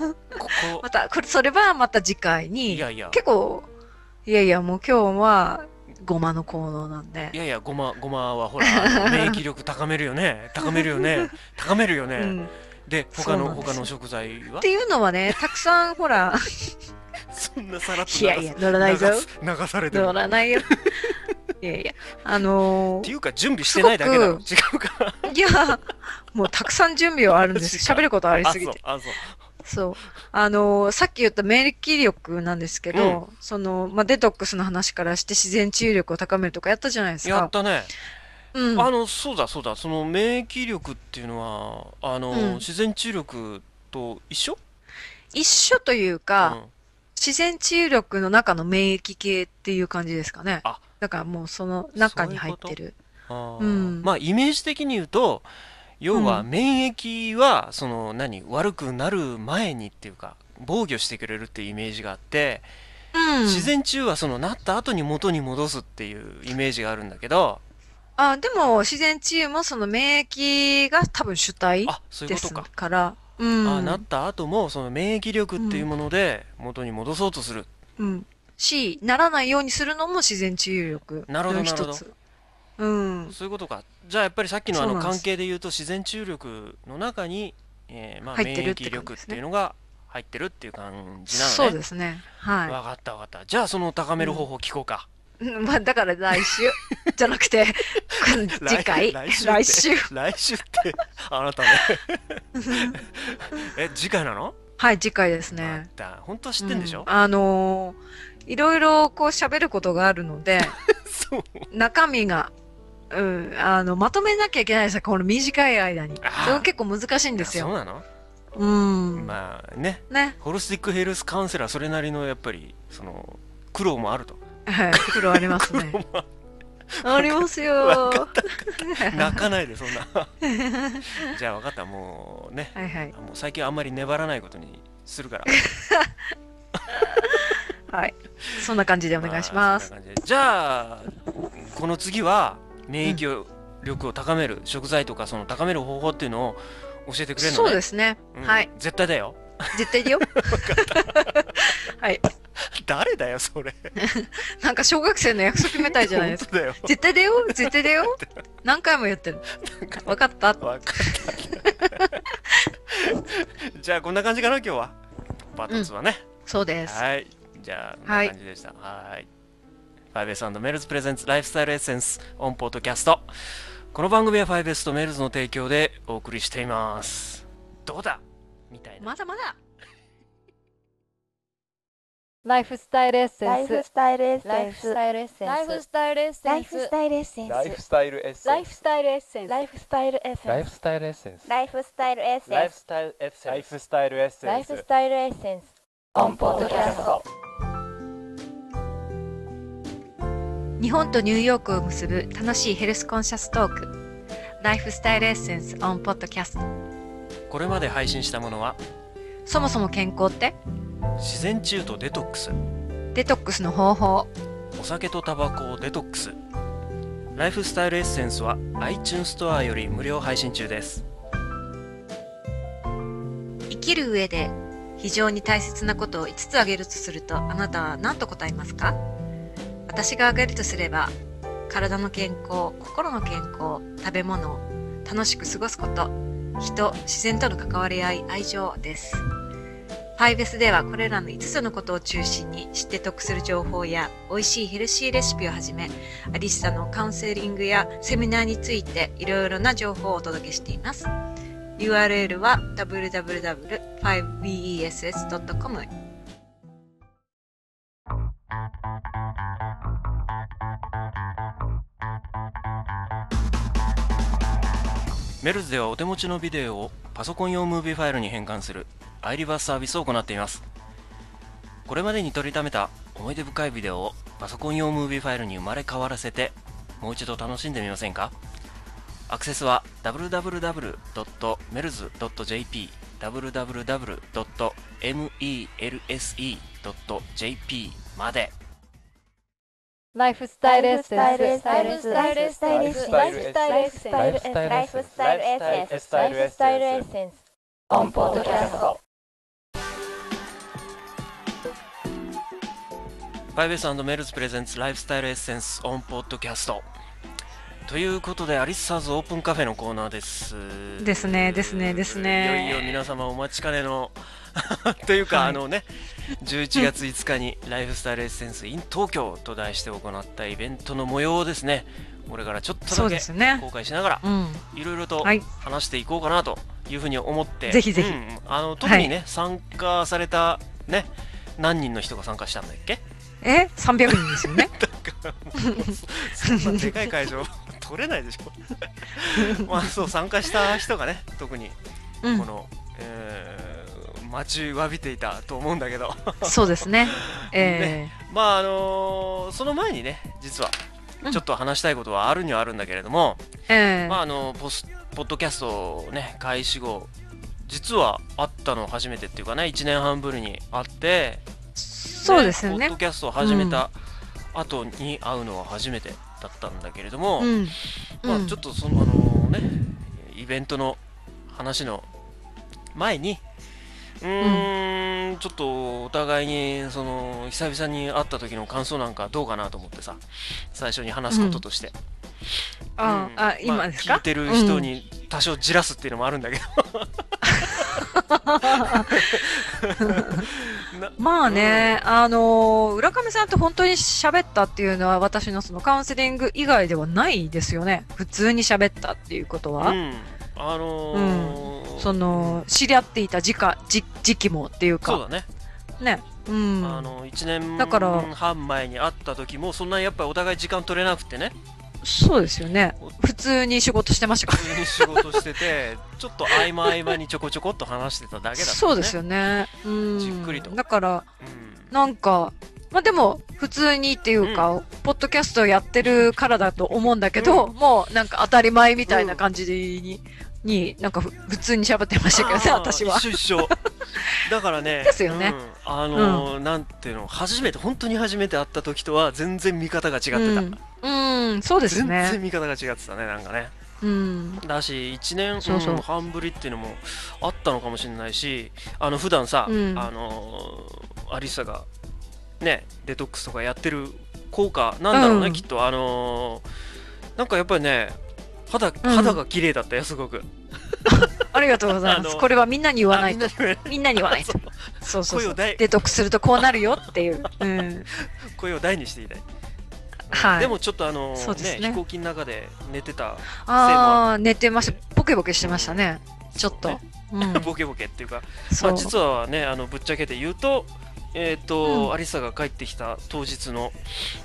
ここまた、これ、それはまた次回いに。やいや結構、いやいや、もう今日は、ごまの効能なんいで。やいやごまごまはほらあの免疫力高めるよね高めるよ [laughs] ね高めるよね、うん、っで他のそうなんです他の食材はていうのはね、たくさん、ほら、そんなさらっと流すいやいや、乗らないぞ。流す流されてる乗らないよ。いやいや、あっのーていうか準備してないだけだろ違うかいや、もうたくさん準備はあるんです。マジか喋ることありあすそうぎて。あそうそう。あのーさっき言った免疫力なんですけど、その、まあ、デトックスの話からして自然治癒力を高めるとかやったじゃないですやっか。たね、うん。あのそうだそうだその免疫力っていうのはあの、うん自然治癒力と一緒一緒というか、自然治癒力の中の免疫系っていう感じですかねあ。だからもうその中に入ってる。うんあーうんまあイメージ的に言うと要はう免疫はその何悪くなる前にっていうか防御してくれるっていうイメージがあって、うん。自然治癒はそのなった後に元に戻すっていうイメージがあるんだけどあ、でも自然治癒もその免疫が多分主体あそういうこでとすかから。うん。あなった後もその免疫力っていうもので元に戻そうとする、うん。し、ならないようにするのも自然治癒力なるほどの一なるほつ。うん。そういうことかじゃあやっぱりさっきのあそのうなんです関係で言うと自然治癒力の中に、えーまあ、入免ってるっ疫て感じ力っですねていうのが入ってるっていう感じなのねそうですね。分はかった分かったじゃあその高める方法聞こうか、い。うんまあ、だから来週 [laughs] じゃなくて、次回、来週って来週。来週ってあなたね [laughs] え次回なのはい、次回ですまね。た本当は知ってんでしょう、あのーいろいろこう喋ることがあるので、 [laughs] そう中身が、うん、あの、まとめなきゃいけないですよ、この短い間に。あーそれが結構難しいんですあそうよ。なの、うん。まあねね。ホルスティックヘルスカウンセラーそれなりのやっぱりその苦労もあるとはい、苦労あります [laughs] ね。ありますよわかー。 [laughs] 泣かないでそんなじゃあ分かったもうねはいはもい。う最近あんまり粘らないことにするからはい。そんな感じで [laughs] お願いします。あそんな感じでじゃあこの次は免疫力を高める食材とかその高める方法っていうのを教えてくれるのね、そうですすね。うんはい。絶対だよ [laughs] 絶対だよ。はい。誰だよそれなんか小学生の約束みたいじゃない [laughs] ですか。本当だよ絶対だよ絶対だよ [laughs] 何回も言ってる。わかった分かった [laughs] じゃあこんな感じかな今日はパート2はね、そうです。はい。じゃあ、こんはない感じでした。はい。ファイブエスメルズプレゼンツライフスタイルエッセンスオンポッドキャスト。この番組はファイブエスとメルズの提供でお送りしています。どうだみたいな。まだまだライフスタイルエッセラインフススタイルエッラセインフススタイルエッセンスライフスタイルエッセライフスタイルエッセンライフススタイルエッセンススタイルエッセンライフスタイルエッセンライスフスタイルエッセンスライフスタイルエッセランイフススタイルエッセンスライフスタイルエッセライフスタイルエッセンンススオンポッドキャスト日本とニューヨークを結ぶ楽しいヘルスコンシャストーク。ライフスタイルエッセンスオンポッドキャスト。これまで配信したものはそもそも健康って自然中とデトックス、デトックスの方法。お酒とタバコをデトックス。ライフスタイルエッセンスは iTunes ストアより無料配信中です。生きる上で非常に大切なことを5つ挙げるとするとあなたは何と答えますか私が挙げるとすれば体の健康心の健康食べ物楽しく過ごすこと人自然との関わり合い愛情ですファイベスではこれらの5つのことを中心に知って得する情報や美味しいヘルシーレシピをはじめアリスタのカウンセリングやセミナーについていろいろな情報をお届けしています URL は www.5bess.com メルズではお手持ちのビデオをパソコン用ムービーファイルに変換するアイリバースサービスを行っていますこれまでに撮りためた思い出深いビデオをパソコン用ムービーファイルに生まれ変わらせてもう一度楽しんでみませんかアクセスは www.mels.jp www.melse.jp までライフスタイルエッセンスオンポッドキャスト。ファイブエスメルズプレゼンツライフスタイルエッセンスオンポッドキャストということでアリッサーズオープンカフェのコーナーですですねですねですねいよいよ皆様お待ちかねの [laughs] というか、あのね11月5日にライフスタイルエッセンス in 東京と題して行ったイベントの模様をですねこれからちょっとそだうでけすね公開しながらうんいろいろとはい話していこうかなというふうに思って、ぜひぜひうんあの特にね、参加されたね何人の人が参加したんだっけえ300人ですよねそ [laughs] んなでかい会場取れないでしょ [laughs] まあそう参加した人がね特にうこんの、えー待ちわびていたと思うんだけど [laughs] そうですねえまああのーその前にね実はうんちょっと話したいことはあるにはあるんだけれども、ーえまああのポスポッドキャストをね開始後実は会ったの初めてっていうかね1年半ぶりに会ってそうですよポッドねキャストを始めた後に会うのは初めてだったんだけれども、うんまあうんちょっとそのあのねイベントの話の前にうーん、ちょっとお互いにその久々に会った時の感想なんかどうかなと思ってさ最初に話すこととして、あうんああ今まですか聞いてる人に多少じらすっていうのもあるん [laughs] だけど [laughs] なまあね、あのー浦上さんと本当に喋ったっていうのは私のそのカウンセリング以外ではないですよね普通に喋ったっていうことは、うんあのーその知り合っていた時か時時期もっていうそうだかね、ねうんあの1年だから半前に会った時もそんなにやっぱりお互い時間取れなくてねそうですよね普通に仕事してましたか普通に仕事して [laughs] てちょっと合間合間にちょこちょこっと話してただけだらったねそうですよねうんじっくりとだからうんなんかまあでも普通にっていうか、ポッドキャストやってるからだと思うんだけど、もうなんか当たり前みたいな感じに、になんかふ普通に喋ってましたけどねあー私は。一緒一緒だからね [laughs] ですようねんあのーなんていうの初めて本当に初めて会った時とは全然見方が違ってた、うん、うん、そうです全然ね。見方が違ってたねなんかねうん、だし1年そうそううん半ぶりっていうのもあったのかもしれないしあの普段さ、うんあのーアリサがねデトックスとかやってる効果なんだろうね、うんきっとあのーなんかやっぱりね肌ん肌が綺麗だったよすごく、ありがとうございまあす。のこれはみんなに言わあなみいんとな。に言わないみんなに言わな [laughs] いと。そうそう声そをう。大デトックスするとこうなるよって [laughs] いう。うん、声を大に [laughs] していたい、はいでもちょっとあのーそうですねね飛行機の中で寝てたああ、寝てました。ボケボケしてましたね。ちょっとね。 [laughs] うん、ボケボケっていうかそまあ、う。実はねあのぶっちゃけて言うと,、えーとうんアリサが帰ってきた当日の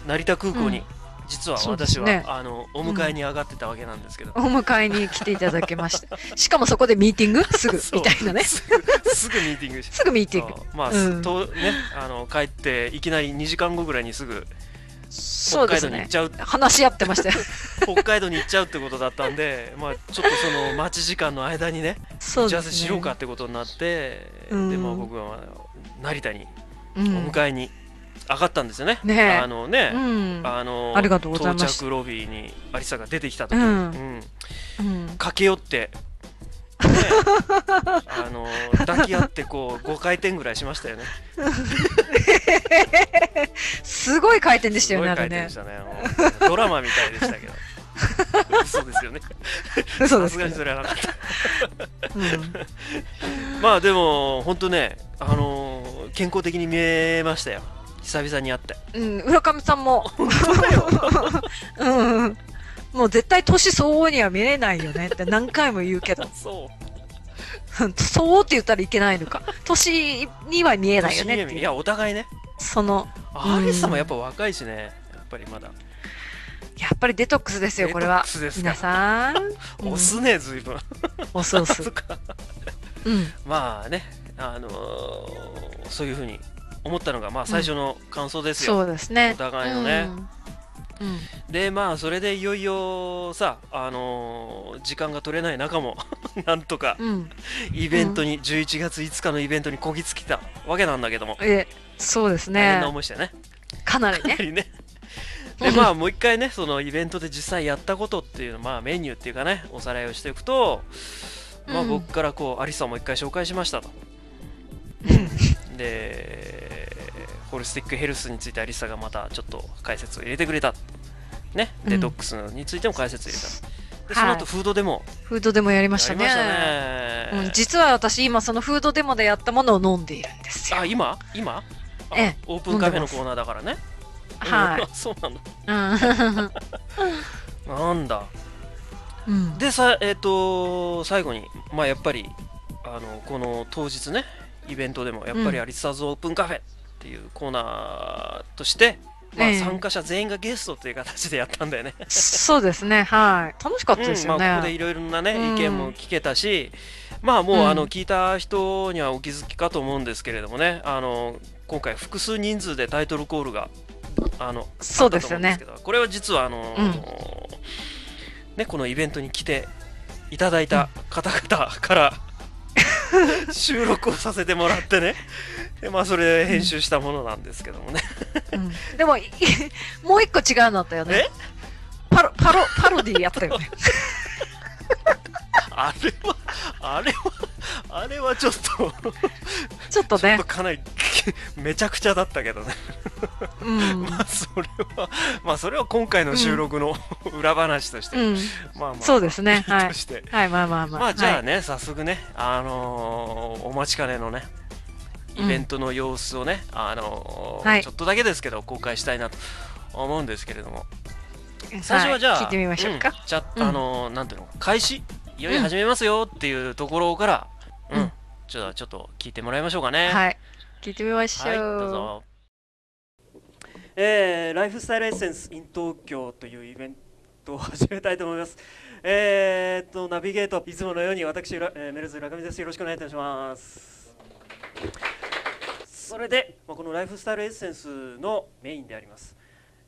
成田空港に、うん実はそうで私すは、ねあのお迎えに上がってたわけなんですけど、お迎えに来ていただきました。しかもそこでミーティングすぐそうみたいな [laughs] ね。すぐ [laughs] すぐミーティングしすぐミーティング。そうまあ、うんとねあの帰っていきなり2時間後ぐらいにすぐそう北海道ですに行っね。ちゃう、話し合ってましたよ。北海道に行っちゃうってことだったん [laughs] でまあちょっとその待ち時間の間にねそ打うち合わでせすしね。ようかってことになってで,、うんまあ僕はあの成田にうおん。迎えに上がったんですよね、ねえあのね、うん。あのありがとうございます到着ロビーにアリサが出てきた時、うんうんうん駆け寄って、 [laughs] ねあの抱き合ってこう5回転ぐらいしましたよね。すごい回転でしたよね、すあごい回転れねでし。たね。うんドラマみたいで [laughs] したけど。そうですよね。そうさですすがけにどそれはなかった。うんまあでも本当ね、あの健康的に見えましたよ。久々に会って。うん、浦上さんも。 [laughs] うん。もう絶対年相応には見えないよねって何回も言うけど。そそうって言ったらいけないのか。年には見えないよねっていいう。や、お互いね。その、アリスさんもやっぱ若いしね。やっぱりまだ。やっぱりデトックスですよ、これデトッはクスで。すか皆さん。うん押すね、随分。押す押すそっ。かうん。まあね、あのーそういうふうに思ったのが、まあ最初の感想ですよ。そうですね。お互いのねうん。うん。で、まあそれでいよいよさ、あのー時間が取れない中も、 [laughs] なんとかうん、イベントに、11月5日のイベントにこぎつきたわけなんだけども、えそうです大変ねな。思いしてね。かなりやねっぱ。り [laughs] ね。でまあもう一回ねそのイベントで実際やったことっていうのまあメニューっていうかねおさらいをしていくと、まあ、うん僕からこうアリさんも一回紹介しましたと。でホルスティックヘルスについてアリサがまたちょっと解説を入れてくれた、ね、うんデトックスについても解説を入れたでそはのい後フードでもフードでもやりやましたりね。ましたうねん、実は私今そのフードデモでやったものを飲んでいるんですよ。あ今今あええオープンカフェのコーナーだからねはうん [laughs] そうなんだい。なんだうん。でさえっ、と最後にまあやっぱりあのこの当日ねイベントでもやっぱりうんアリサーズオープンカフェっていうコーナーとして、まえあ、え参加者全員がゲストという形でやったん [laughs] だよね。そうですね。はい。楽しかったですようんまあ、ここでね。いろいろなね、うん意見も聞けたし、まあもう、うんあの聞いた人にはお気づきかと思うんですけれどもねあの今回複数人数でタイトルコールがあのそうですよあねったと思うんですけどこれは実はあの、うんね、このイベントに来ていただいた方々 [laughs] から、収録をさせてもらってねで、まあ、それで編集したものなんですけどもね、うんでもい [laughs] もう一個違うのあったよね。パロパロパロディやったよね。あれはあれはあれはちょっと。ちょっとちょっねと。かなりめちゃくちゃだったけどね、うん。まあそれはまあそれは今回の収録の裏話として、うん。まあまあそうですねはいとしてはい、まあまあまあ。まあじゃはあいね、早速ねあのーお待ちかねのねうイんベントの様子をね、あのーはいちょっとだけですけど公開したいなと思うんですけれども最初はじゃあ、い聞いてみましょうかん。じゃあうんあのーなんていうの開始いよいよ始めますよっていうところからうん、うんちょっとちょっと聞いてもらいましょうかねはい。聞いてみましょう。はい、どうぞ。えー、ライフスタイルエッセンス in 東京というイベントを始めたいと思います。えー、っとナビゲートいつものように私、らえーメルズ村上です。よろしくお願いいたします。それで、まあ、このライフスタイルエッセンスのメインであります。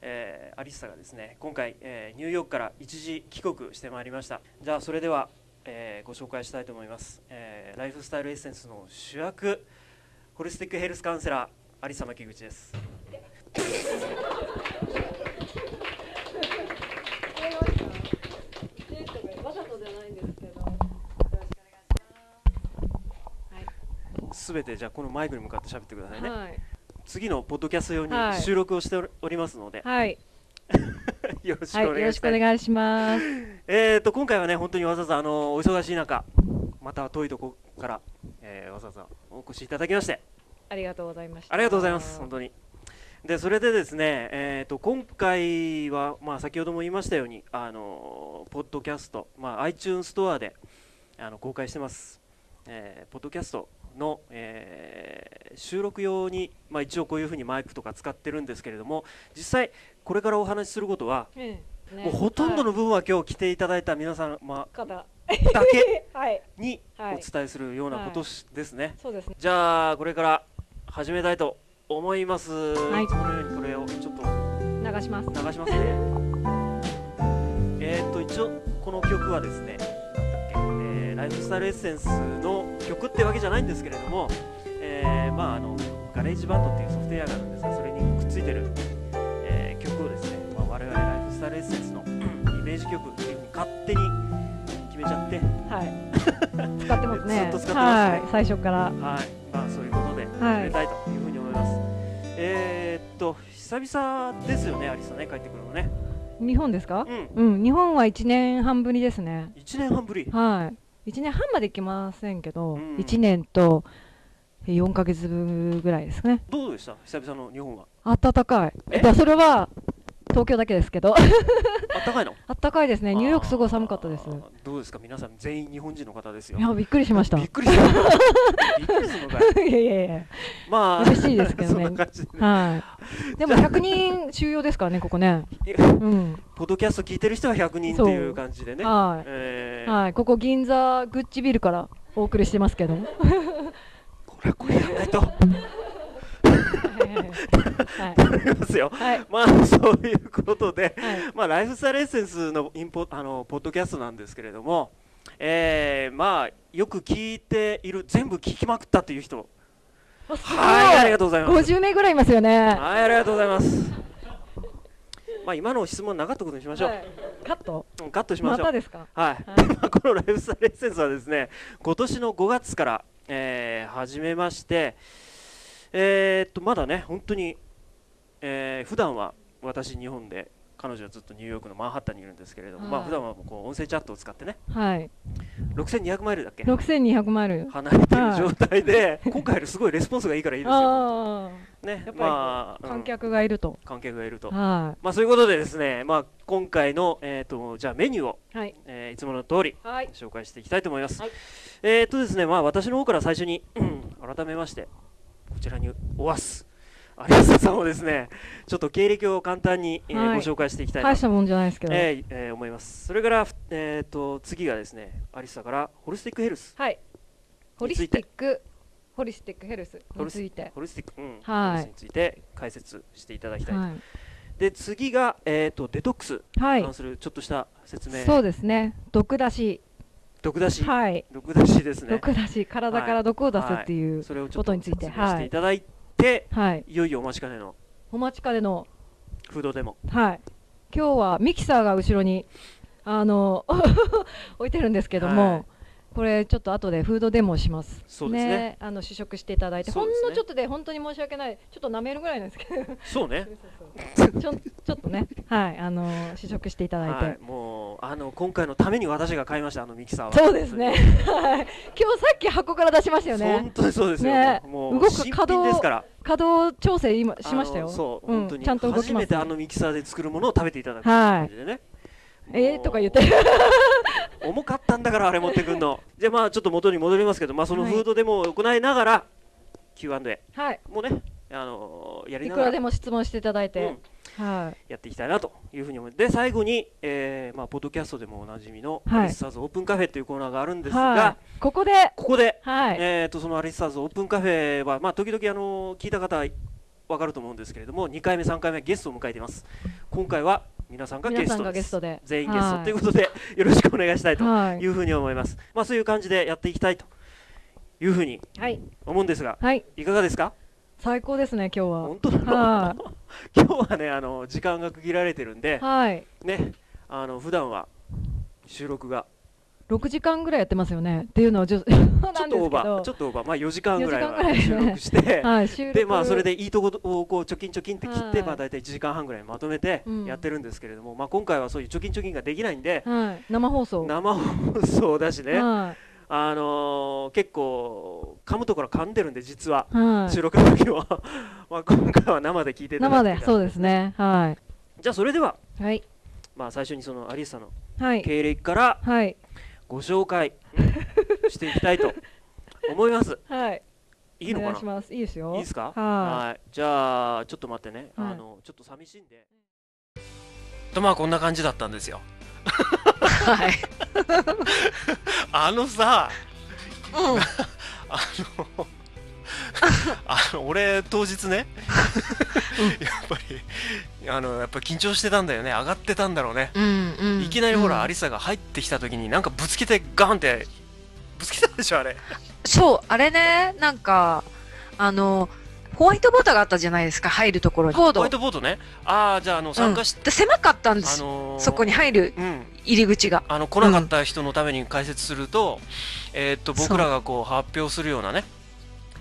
えー、アリッサがですね今回、えーニューヨークから一時帰国してまいりましたじゃあそれでは、えーご紹介したいと思います、えーライフスタイルエッセンスの主役ホルスティックヘルスカウンセラー有様木口です。すべてじゃあこのマイクに向かって喋ってくださいね。はい。次のポッドキャスト用にはい収録をしておりますので、はい。よろしくはい。およ願ろいししくまおす。願いします。えっと今回はね本当にわざわざあのお忙しい中、また遠いとこから、えーわざわざお越しいただきましてありがとうございました。ありがとうございます本当に。でそれでですね、えー、と今回は、まあ、先ほども言いましたようにあのポッドキャスト、まあ、iTunes ストアであの公開してます、えーポッドキャストの、えー収録用に、まあ、一応こういうふうにマイクとか使ってるんですけれども実際これからお話しすることは、ええねもうほとんどの部分は今日来ていただいた皆さん、ま方。あ、だけ [laughs] はい。にはいお伝えするようなことしですね、そうですね。じゃあこれから始めたいと思います、いこのようにこれをちょっと流します。流しますねえーっと一応この曲はですねなんだっけ、えーライフスタイルエッセンスの曲ってわけじゃないんですけれども、えーまああのガレージバンドっていうソフトウェアがあるんですがそれにくっついてる、えー曲をですね、まあ、我々ライフスタイルエッセンスのイメージ曲っていうふうに勝手に決めちゃってはい。使ってますね。ずっと使ってますねはい。最初から。はい、まあそういうことはでい始めたいというふうに思います。えーっと久々ですよね、アリスさんね帰ってくるのね。日本ですか？うん、うん。日本は一年半ぶりですね。一年半ぶり。はい。一年半まで行きませんけどうん、一年とえ四ヶ月分ぐらいですね。どうでした久々の日本は。暖かい。えだからそれは東京だけですけど [laughs] あったかいのあったかいですねニューヨークすごい寒かったですあーどうですか皆さん全員日本人の方ですよいやびっくりしましたびっいくりしたびっくりす [laughs] るのかいやいやいやまあ嬉しいですけどねそんな感じではいでも100人収容ですからねここねいやうんポッドキャスト聞いてる人は100人っていう感じでねはえいーはいここ銀座グッチビルからお送りしてます [laughs] けどこれはこれやらないとはいなりますよはいまあそういうことではいまあ、ライフスタイルエッセンスのインポあのポッドキャストなんですけれども、えーまあ、よく聞いている全部聞きまくったという人はいありがとうございます50名ぐらいいますよねはいありがとうございますまあ今の質問なかったことにしましょう、カットうんカットしまましょうたですか [laughs] はい、はこのライフスタイルエッセンスはですね今年の5月から、えー始めましてえーっとまだね本当に、えー普段は私日本で彼女はずっとニューヨークのマンハッタンにいるんですけれども、まあはい普段はもうこう音声チャットを使ってねはい6200マイルだっけ6200マイル離れてるはい状態で今回よりすごいレスポンスがいいからいいですよ。あねやっぱりまああ観客がいるとうん観客がいると。はまあそういうことでですね、まあ今回のえっ、とじゃあメニューを、いはいえーいつもの通りはい紹介していきたいと思います。はいえっ、とですね、まあ私の方から最初にうん改めましてこちらにおわす。有吉さんをですね、ちょっと経歴を簡単に、えーはいご紹介していきたいな大したもんじゃないですけどえーえー思います。それから、ふえー、と次がですね、有吉さんからホリスティックヘルス、はいホリスティックホリスティックヘルスについてホリスティック、うんヘはいルスについて解説していただきたいとはで次が、えー、とデトックスにいはい関するちょっとした説明、そうですね毒出し毒出し、はい毒出しですね毒出し体から毒を出すっていうそれをちょこっとと説について明しはていいただいて、はいい、よいよお待ちかねのお待ちかねのフードデモはい今日はミキサーが後ろにあの [laughs] 置いてるんですけども、はいこれちょっと後でフードデモをしますそうですねあの試食していただいて、そほうんですねのちょっとで本当に申し訳ないちょっと舐めるぐらいなんですけどそうね [laughs] ちょちょっとねはいあの試食していただいて、はいもうあの今回のために私が買いましたあのミキサーはそうですねはい今日さっき箱から出しましたよ本ね当にそうですよ、ねもう動く新可動品ですから稼働調整今しましたあよのそう、ん本当にちゃんと動き初ますめてあのミキサーで作るものを食べていただくというはい感じでね、えー、とか言 [laughs] って重かったんだからあれ持ってくん [laughs] のじゃあまあちょっと元に戻りますけど、まあ、そのフードデモを行いながら Q&A はいもね、あのーやりいなくがららでも質問していただいて、はいやっていきたいなというふうに思いますで最後に、えーまあ、ポッドキャストでもおなじみの「はいアリスターズオープンカフェ」というコーナーがあるんですが、はい、ここで、ここで、はい、えー、とそのアリスターズオープンカフェは、まあ、時々、あのー聞いた方わかると思うんですけれども2回目3回目はゲストを迎えています今回は皆さんがゲ皆スさトんでがすゲストで、全員ゲストはいということで、よろしくお願いしたいとはいいうふうに思います。まあそういう感じでやっていきたいというふうにはい、思うんですが、はい、いかがですか？最高ですね、今日は本。当なはの？ [laughs] 今日はねあの時間が区切られてるんではい、ねあの普段は収録が六時間ぐらいやってますよね。っていうのをじょち [laughs] なょっとんですオけーバーどちょ、っとオーバーまあ4時間ぐらい4時間ぐらはいね収録 [laughs] して。はい、収録でまあ、それでいいとこをこう貯金貯金って切って、はいまあ、大体1時間半ぐらいまとめてうんやってるんですけれども、まあ、今回はそういう貯金貯金ができないんではい、生放送、生放送だしね、は、あのー結構噛むところ噛んでるんで実はいは収録の時は [laughs] まあ今回は生で聞いてい、いただ生いてで、そうですね、は、じゃあそれではいはい、まあ最初にそのアリサのはい、経歴からはい、ご紹介していきたいと思いますはい、いいのおか願いしなます、いいですよ。いいですかはいじゃあちょっと待ってねはいあのちょっと寂しいんでとまあこんな感じだったんですよはい。あの [laughs] さうん。あのあの俺当日ねやっぱりあのやっぱ緊張してたんだよね上がってたんだろうねうんうん、いきなりほら、うんアリサが入ってきた時になんかぶつけてガンってぶつけたでしょあれそうあれねなんかあのホワイトボードがあったじゃないですか入るところにボーホワイトボードねああじゃああの参加し、うん、で狭かったんであす、のーそこに入るうん入り口があの来なかった人のために解説すると、えーっとそう僕らがこう発表するようなね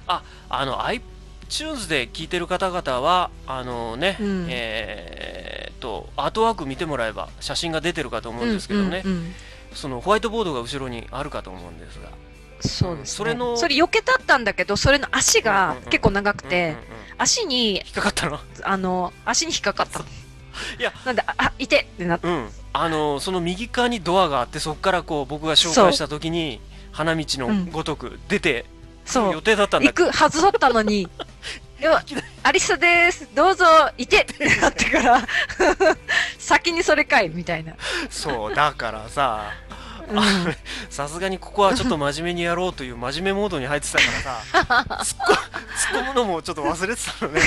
ああの iTunes で聞いてる方々はあのね、うんえーっとアートワーク見てもらえば写真が出てるかと思うんですけどね、うんうんうんそのホワイトボードが後ろにあるかと思うんですがそうです、ねそれのそれ避けたったんだけどそれのう足んがうんうん結構長くうて、んうんうん足に引っかかったのあの足に引っかかったいやなんでああいてってなっうん、あのその右側にドアがあってそこからこう僕が紹介した時に花道のごとく出てくるそ予う定だったんだ行けど、くはずだったのに「ではアリサですどうぞいて!」ってなってから [laughs] 先にそれかいみたいな、そうだからさうん、さすがにここはちょっと真面目にやろうという真面目モードに入ってたからさ突っ込突っ込むのもちょっと忘れてたのね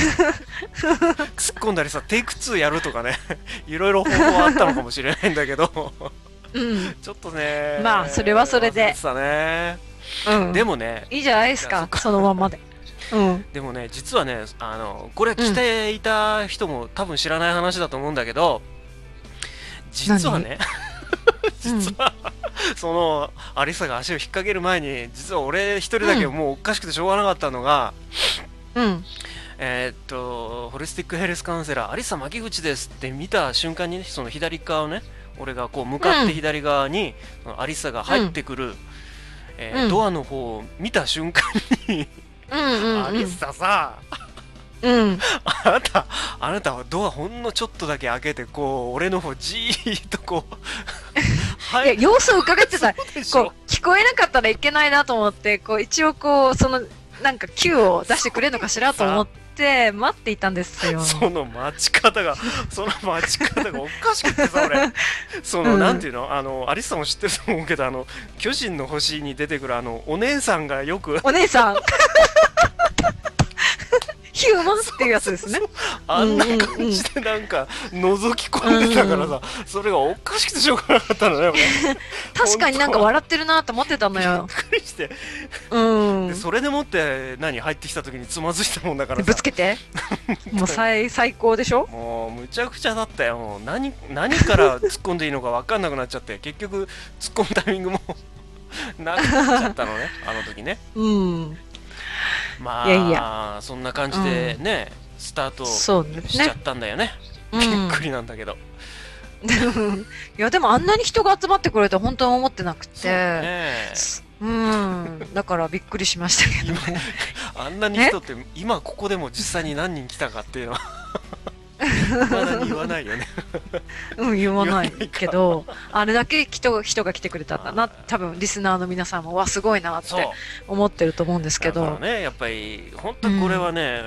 突っ込んだりさテイク2やるとかねいろいろ方法はあったのかもしれないんだけどうんちょっとねまあそれはそれで忘てたねうん、でもねいいじゃないですいやそかっそかのままで、うん、でもね実はねあのこれ来ていた人も多分知らない話だと思うんだけど実はね [laughs] 実は、そのアリサが足を引っ掛ける前に実は俺一人だけうんもうおかしくてしょうがなかったのが、うん、えーっとホリスティックヘルスカウンセラーアリサ牧口ですって見た瞬間にねその左側をね俺がこう向かって左側に、そのアリサが入ってくる、えーうんドアの方を見た瞬間に、うんうんアうんリサさうんあなた、あなたはドアほんのちょっとだけ開けて、こう、俺の方じーっとこ [laughs] う、いや入っ様子を伺ってさてるでしこょ。う聞こえなかったらいけないなと思ってこう一応こうそのなんか Q を出してくれるのかしらと思って待っていたんですよ。その待ち方が、その待ち方がおかしくてさ、 [laughs] 俺。その、うんなんていうのあの、アリスさんも知ってると思うけど、あの、巨人の星に出てくるあの、お姉さんがよく、お姉 [laughs] さんヒューマンっていうやつですね。 [laughs] あんなうんうんうん感じでなんか、覗き込んでたからさ、それがおかしくてしょうがなかったのね、俺。び確かになんか笑ってるなと思ってたのっよ。くりして。うん。でそれでもって、何、入ってきた時につまずいたもんだからぶさつ。けて。 [laughs] もう最最高でしょ。もうむちゃくちゃだったよもう何何から突っ込んでいいのか分かんなくなっちゃって [laughs] 結局突っ込むタイミングも [laughs] なくなっちゃったのね [laughs] あの時ねうん。まあいやいそんな感じでね、スタートしそうね。ちゃったんだよねうびんっくりなんだけど、 [laughs] いやでもあんなに人が集まってくれて本当に思ってなくそうだて。ねうん。だからびっくりし [laughs] ま [laughs] したけどね。あんなに人って今ここでも実際に何人来たかっていうのは [laughs] まだに言わないよねうん、言わない言わないかけど、あれだけ人人が来てくれたんだな、多分リスナーの皆さんも、わ、すごいなっそうて思ってると思うんですけだからど、ねやっぱり本当これはね、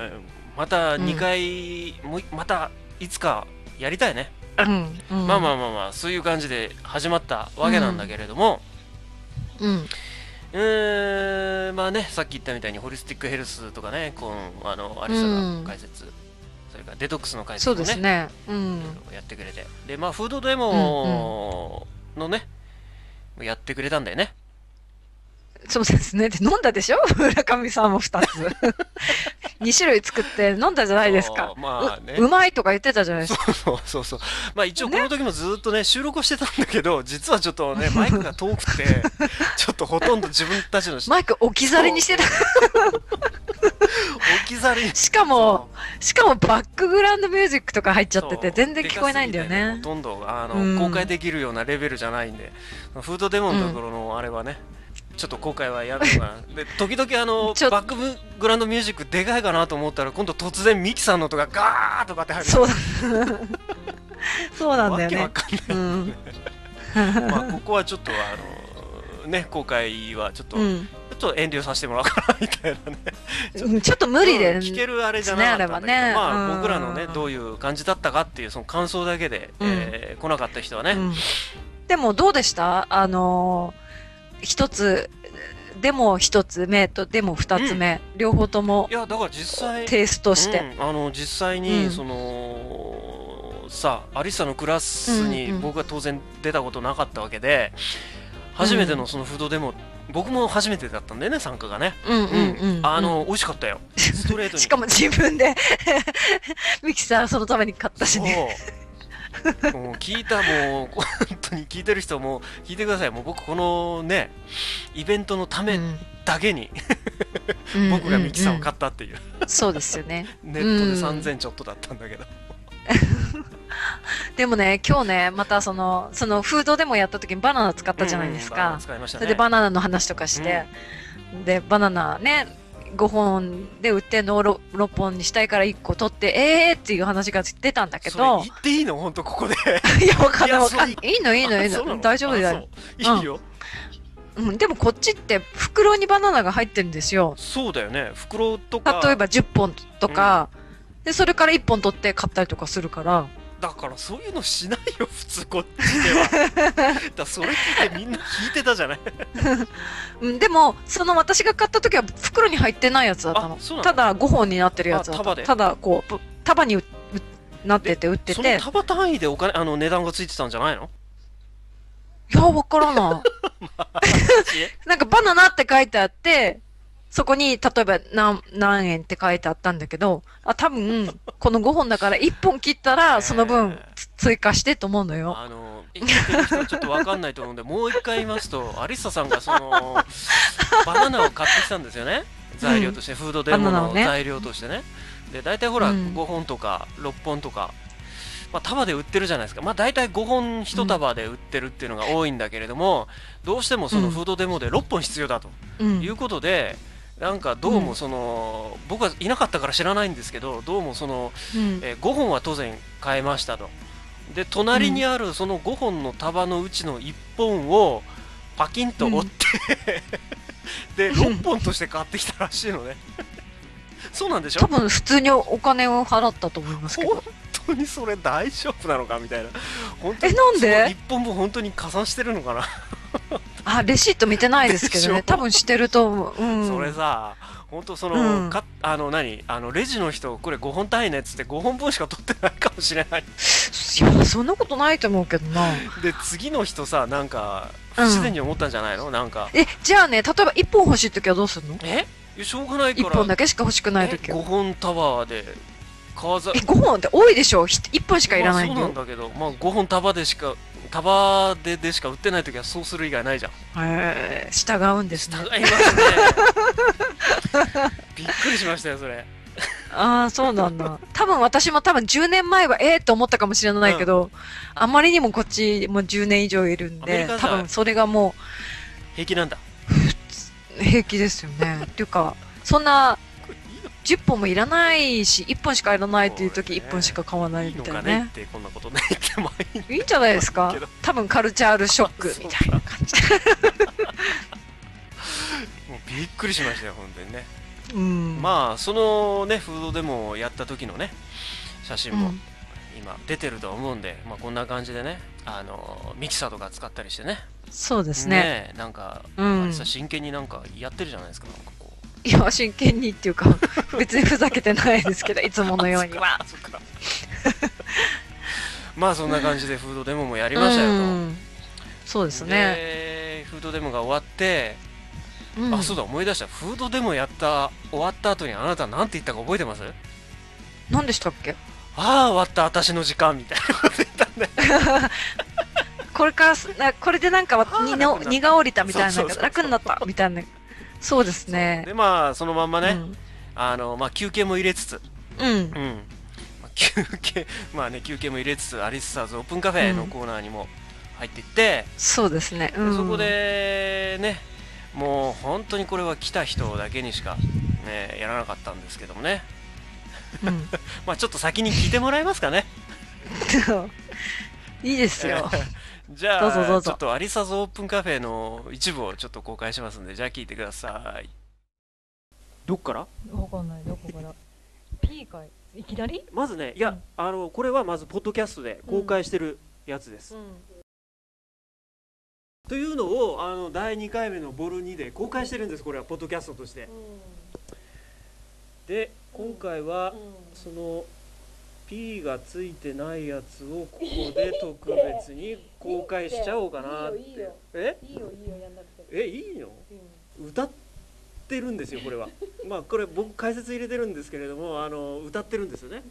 また2回、もういまたいつかやりたいねうん、うんまあまあまあまあそういう感じで始まったわけなんだけれども、うん、うーんまあねさっき言ったみたいにホリスティックヘルスとかねこのあのアリサが解説、それからデトックスの解説そうもねですね、うん、やってくれてでまあフードデモのね、やってくれたんだよねそうですね、で飲んだでしょ、 [laughs] 村上さんも2つ、2種類作って飲んだじゃないですかそう、まあねううまいとか言ってたじゃないですか、そうそうそうまあ一応この時もずっとね収録をしてたんだけど実はちょっ [laughs] とねマイクが遠くてちょっとほとんど自分たちの置マイク置き去りにしてた、き去りにしかも、しかもバックグラウンドミュージックとか入っちゃってそて、う全然聞こえないんだよでかすねぎて。ほとんどあの、うん公開できるようなレベルじゃないんで、フードデモのところのあれはね、ちょっと後悔はやるのかな。で、時々あの、ちょバックグラウンドミュージックでかいかなと思ったら、今度突然ミキさんの音がガーッとかって入る。そうだそうなわんだよね。けわかんない。うん。まあ、ここはちょっとあの、ね、公開はちょっと、うちんょっと遠慮させてもらおうかなみたいなね。うんちょっと無理で、うん聞けるあれじゃなかったんだけど、ですねあれはねまうあん僕らのねどういう感じだったかっていうその感想だけで、うんえー来なかった人はね、うんでもどうでしたあのー一つ、でも一つ目とでも二つ目、両方ともいやだから実際テイストして。うんあの実際に、うんそのさアリサのクラスにうんうん僕は当然出たことなかったわけで、初めてのそのフードでも僕も初めてだったんだよね参加がね、うんうんうん。あの美味しかったよストレートうにん、 [laughs] しかも自分でミキサーそのために買ったしそうね。 [laughs] もう聞いたもう本当に聞いてる人も聞いてくださいもう僕このねイベントのためだけに、うん僕がミキサーを買っったっていう、た。そうですよね。ネットでうん3000ちょっとだったんだけど、でもね、今日ね、またその、そのフードでもやった時にバナナ使ったじゃないですうんバナかナ。使いましたそねれでバナナの話とかして、でバナナね5本で売ってんのを 6, 本にしたいから1個取って、ええーっていう話が出たんだけそれ言ど、っていいの本当ここで [laughs] いや、わかんないいやわかんないそ。いいのいいのいいあそうなの。大丈夫だよ。あそういいよ、うん、でもこっちって袋にバナナが入ってるんですよ。そうだよね袋とか例えば10本とか、で、それから1本取って買ったりとかするから、だからそういうのしないよ普通こっちではだ [laughs] からそれ聞いてみんな聞いてたじゃないうん、でも、その私が買った時は袋に入ってないやつだったのあ。そうなのただ5本になってるやつだっあ束た。でただ、こう、ぶ束にううなってて売ってそのて、束単位でお金あの値段がついてたんじゃないのいや、[laughs] わからない。 [laughs] なんかバナナって書いてあって、そこに、例えば何、何円って書いてあったんだけど、あ、多分、この5本だから1本切ったら、その分、つ追加してと思うのよ。あの聞いてる人はちょっとわかんないと思うんでもう一回言いますと [laughs] アリッサさんがそのバナナを買ってきたんですよね材料として、フードデモバナナのをね材料としてねで大体ほら、うん5本とか6本とか、まあ、束で売ってるじゃないですかまあ大体5本1束で売ってるっていうのが多いんだけれども、どうしてもそのフードデモで6本必要だとうん。いうことで、なんかどうもその、僕はいなかったから知らないんですけどどうもそのうんえー5本は当然買えましたとで隣にあるその5本の束のうちの1本をパキンと折って、で6本として買ってきたらしいのねそうなんでしょ多分、普通にお金を払ったと思いますけど本。当にそれ大丈夫なのかみたいな本当えなんで1本も本当に加算してるのかな、あ、レシート見てないですけどでしね。ょ多分してると思う。うん。それさ本当その、うんかあの何あのレジの人これ5本単位のやつって5本分しか取ってないかもしれないいや、そんなことないと思うけどな。で次の人さなんか不うん自然に思ったんじゃないの、なんかえ、じゃあね、例えば1本欲しいときはどうするのえしょうがないか ?1 ら本だけしか欲しくないときえは5。本タワーで川ざえ、5本って多いでしょ ?1 本しかいらないんだまあ、よそう。なんだけど、まあ、5本束でしか束ででしか売ってない時はそうする以外ない [laughs] じゃんへえ従うんです [laughs] ね。高いますねびっくりしましたよそれああ、そうなんだ。多分私も多分10年前はええと思ったかもしれないけど、あまりにもこっちもう10年以上いるんアメリでカ、じ多ゃ分それがも平気なんだう平気ですよね。っていうか、そんな10本もいらないし、1本しかいらないっていう時そうね1本しか買わないいいみのたいなかね。ねってこんな [laughs] ことねって毎日いいんじゃないですかけど多分カルチャールショックみたいな感じ。もうびっくりしましたよ本当にね、うん。まあそのねフードデモをやった時のね写真うもん今出てると思うんで、まあ、こんな感じでねあのミキサーとか使ったりしてねそうですね。えなんか、うんあれさ真剣になんかやってるじゃないですかなんかこういや、真剣にっていうか、別にふざけてないですけど、いつものように [laughs] は。そっかまあそんな感じでフードデモもやりましたよと、うんそうですね。でフードデモが終わって、うんあそうだ思い出したフードデモやった終わった後にあなた何て言ったか覚えてます何でしたっけああ終わった私の時間みたいなこと言ったんだよこれからす、なこれでなんかわー荷楽にのなった荷が降りたみたいそうそうな、そう楽になったみたいな。そうですね。でまあそのまんまね、うんあのまあ、休憩も入れつつ、うんう。んまあ休憩 [laughs] まあね休憩も入れつつアリスターズオープンカフェのコーナーにも入っていって、そうですね。うでん。そこでねもう本当にこれは来た人だけにしか、ね、やらなかったんですけどもね、うん。 [laughs] まあ、ちょっと先に聞いてもらえますかね [laughs] いいですよ。じゃあどうぞどうぞちょっとアリサズオープンカフェの一部をちょっと公開しますんでじゃあ聞いてくださいどっからわかんないどこから P かいいきなりまずねいやあのこれはまずポッドキャストで公開してるやつですうんというのをあの第2回目のボル2で公開してるんですこれはポッドキャストとして、で今回は、その P がついて [laughs] ないやつをここで特別に公開しちゃおうかなってえいいよいいよやんなくてえいいの歌ってるんですよこれは [laughs] まあこれ僕解説入れてるんですけれどもあの歌ってるんですよね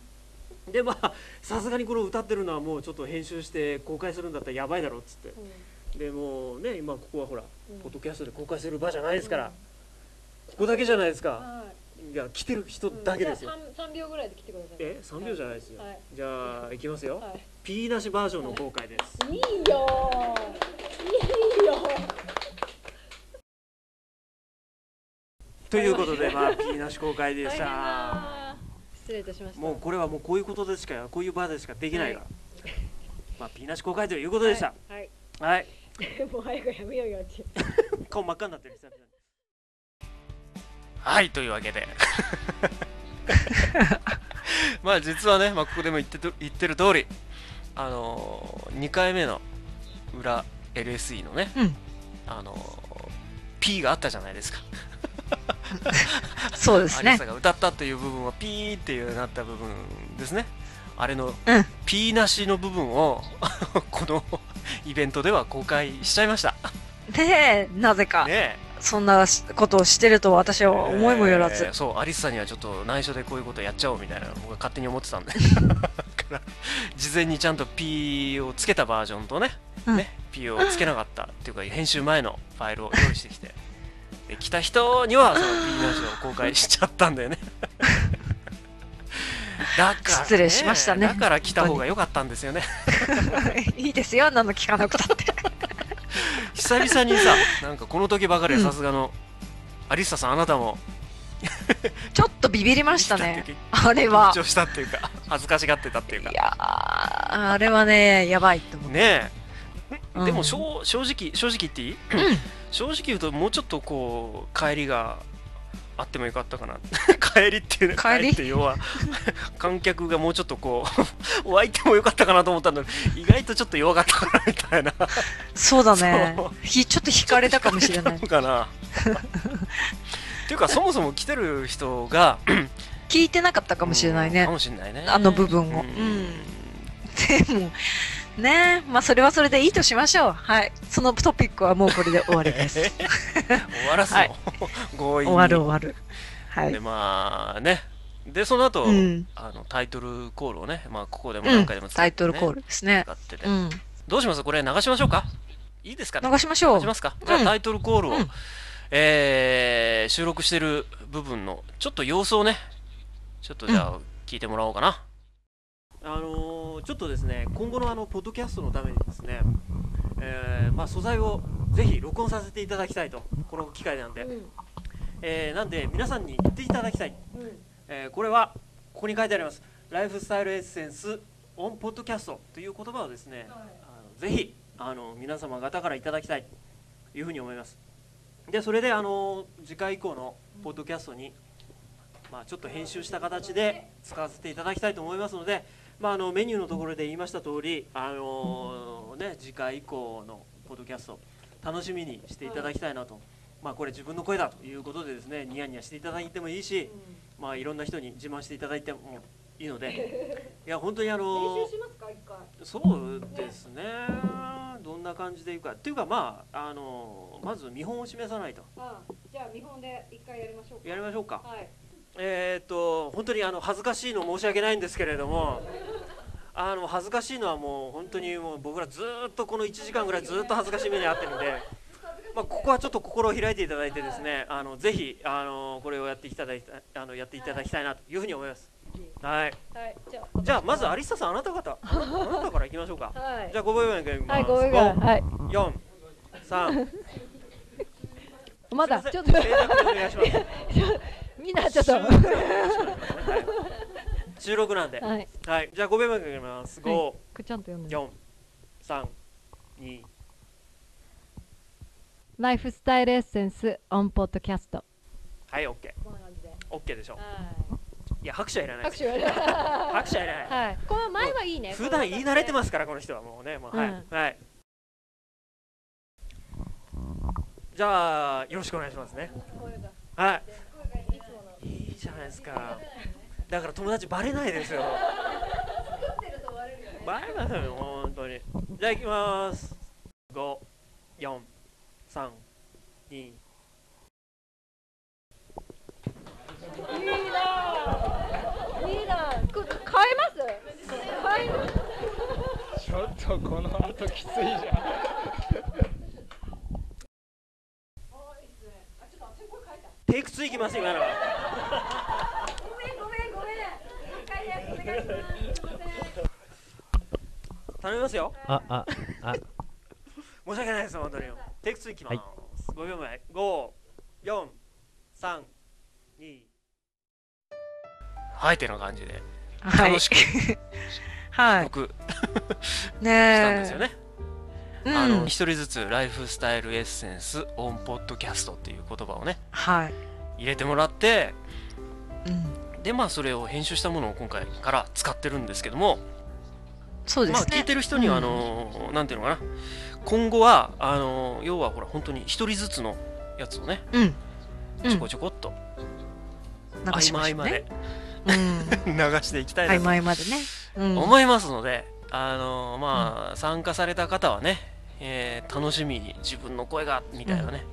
でまあさすがにこの歌ってるのはもうちょっと編集して公開するんだったらやばいだろうっつってでもうね今ここはほらポッドキャストで公開する場じゃないですから、ここだけじゃないですか、はいや来てる人だけですよ、三3秒ぐらいで来てくださいえ3秒じゃないですよ、はいじゃあいきますよ、はい P なしバージョンの公開ですいいよいいよということで、まあ、ピーナッシュ公開でした。失礼いたしました。もうこれはもうこういうことでしか、こういう場でしかできないから。まあ、ピーナッシュ公開ということでした。はい。はい。 [laughs] もう早くやめようよって。 [laughs] 顔真っ赤になってる、久々に。はいというわけで [laughs] まあ実はね、まあ、ここでも言ってと言ってる通りあのー、2回目の裏 LSE のね、うんあのー、P があったじゃないですかそうですアリねサ。が歌ったという部分はピーっていうなった部分ですねあれのうんピーなしの部分を [laughs] このイベントでは公開しちゃいましたねえ、なぜか、ねそんなことをしてるとは私えは思いもよらず。えーそうアリサにはちょっと内緒でこういうことやっちゃおうみたいな僕は勝手に思ってたんで [laughs] だから事前にちゃんと P をつけたバージョンとね,、うんね P をつけなかったっていうか編集前のファイルを用意してきてで来た人にはその P なしを公開しちゃったんだよねだから、失礼しましたねだから来た方が良かったんですよね [laughs] いいですよ、あんなの聞かなくたって。久々にさなんかこの時ばかりはさすがの、アリサさんあなたも [laughs] ちょっとビビりました生きねて。あれは緊。張したっていうか [laughs] 恥ずかしがってたっていうかいやー、あれはね、やばいと思う。ねえ、うんでもしょう正直正直言っていい、正直言うともうちょっとこう帰りがあってもよかったかな [laughs] 帰りっていう帰りって要は [laughs] 観客がもうちょっとこう [laughs] 湧いてもよかったかなと思ったのに意外とちょっと弱かったかなみたいなそうだねそう。ひちょっと惹かれたかもしれないの。かな [laughs] っていうかそもそも来てる人が聞いてなかったかかもしれないかね。もしれないねあの部分うを。うんん。でも、ねまあそれはそれでいいとしましょう。はい。そのトピックはもうこれで終わり [laughs] です。え終わらすの、はい [laughs] 強引終にわる終わる。はでい。まあねでその後、うん。あのタイトルコールをね、まあ、ここでもう何ん回でも、使タっイてトねルコールですね。使ってて、うん。どうしますこれ流しましょうかいいですかね流しましょ流うし。ますか、じゃあうんタイトルコールを、うんえー収録してる部分のちょっと様子をねちょっとじゃあ聞いてもらおうかな、あのーちょっとですね今後のあのポッドキャストのためにですね、えーまあ、素材をぜひ録音させていただきたいとこの機会なんで、うんえーなんで皆さんに言っていただきたい、えーこれはここに書いてあります「ライフスタイルエッセンスオンポッドキャスト」という言葉をですね、あのぜひあの皆様方からいただきたいというふうに思いますでそれであのー次回以降のポッドキャストに、まあ、ちょっと編集した形で使わせていただきたいと思いますのでまあ、あのメニューのところで言いました通り、あのね、次回以降のポッドキャスト楽しみにしていただきたいなと、まあ、これ自分の声だということでですねニヤニヤしていただいてもいいし、まあ、いろんな人に自慢していただいてもいいのでいや本当にあのそうですねどんな感じでいくかっていうか、まあ、あのまず見本を示さないとじゃあ見本で一回やりましょうやりましょうか。はい。えーっと本当にあの恥ずかしいの申し訳ないんですけれどもあの恥ずかしいのはもう本当にもう僕らずーっとこの1時間ぐらいずーっと恥ずかしい目にあってるんで、まあ、ここはちょっと心を開いていただいてですねあのぜひあのこれをやっていただきたあのやっていただきたいなというふうに思います。はい、はい。じゃじゃあまずアリサさんあなた方あなあなたからいきましょうかあ。はいじゃ。あごめんなさいはい、ごめんなさい。はい。四三まだ、ちちょょっっとと、お願いします。みん [laughs] なちょっと。収録なんで。はい。はい、じゃあ5秒前からいきます。は5、くちゃんと読んで。 4、3、2、ライフスタイルエッセンスオンポッドキャスト。はい、OK。OK でしょ。いや、拍手はいらないで拍す。手やる。拍手はいらない。はい。この前はいいね。普段言い慣れてす。ますから、この人はもうね、もう、はういん。はい。じゃあ、よろしくお願いしますね。はい。いいじゃないですか。だから友達バレないですよ。バレませんよ、本当に。じゃあ、行きます。5、4、3、2、リーダー、こ変えます。変える。ちょっとこの後きついじゃテイク2いきます今のは頼みますよん。あ、あ、あ、申し訳ないです本当にテイク2いきます、5秒前543はいてな感じではい楽しく [laughs] はい僕ねしたんですよね、うんあの一人ずつライフスタイルエッセンスオンポッドキャストっていう言葉をねはい、入れてもらってうん、でまあそれを編集したものを今回から使ってるんですけども、そうでますあね、聞いてる人にはあの、なんていうのかな今後はあの要はほら本当に一人ずつのやつをねうん、うんちょこちょこっと流し合間ま合間しょうでね、う流ん、していきたい合なと間合間でね、うん、 [laughs] 思いますので、あのまあ、参加された方はね、えー楽しみに自分の声がみたいなね、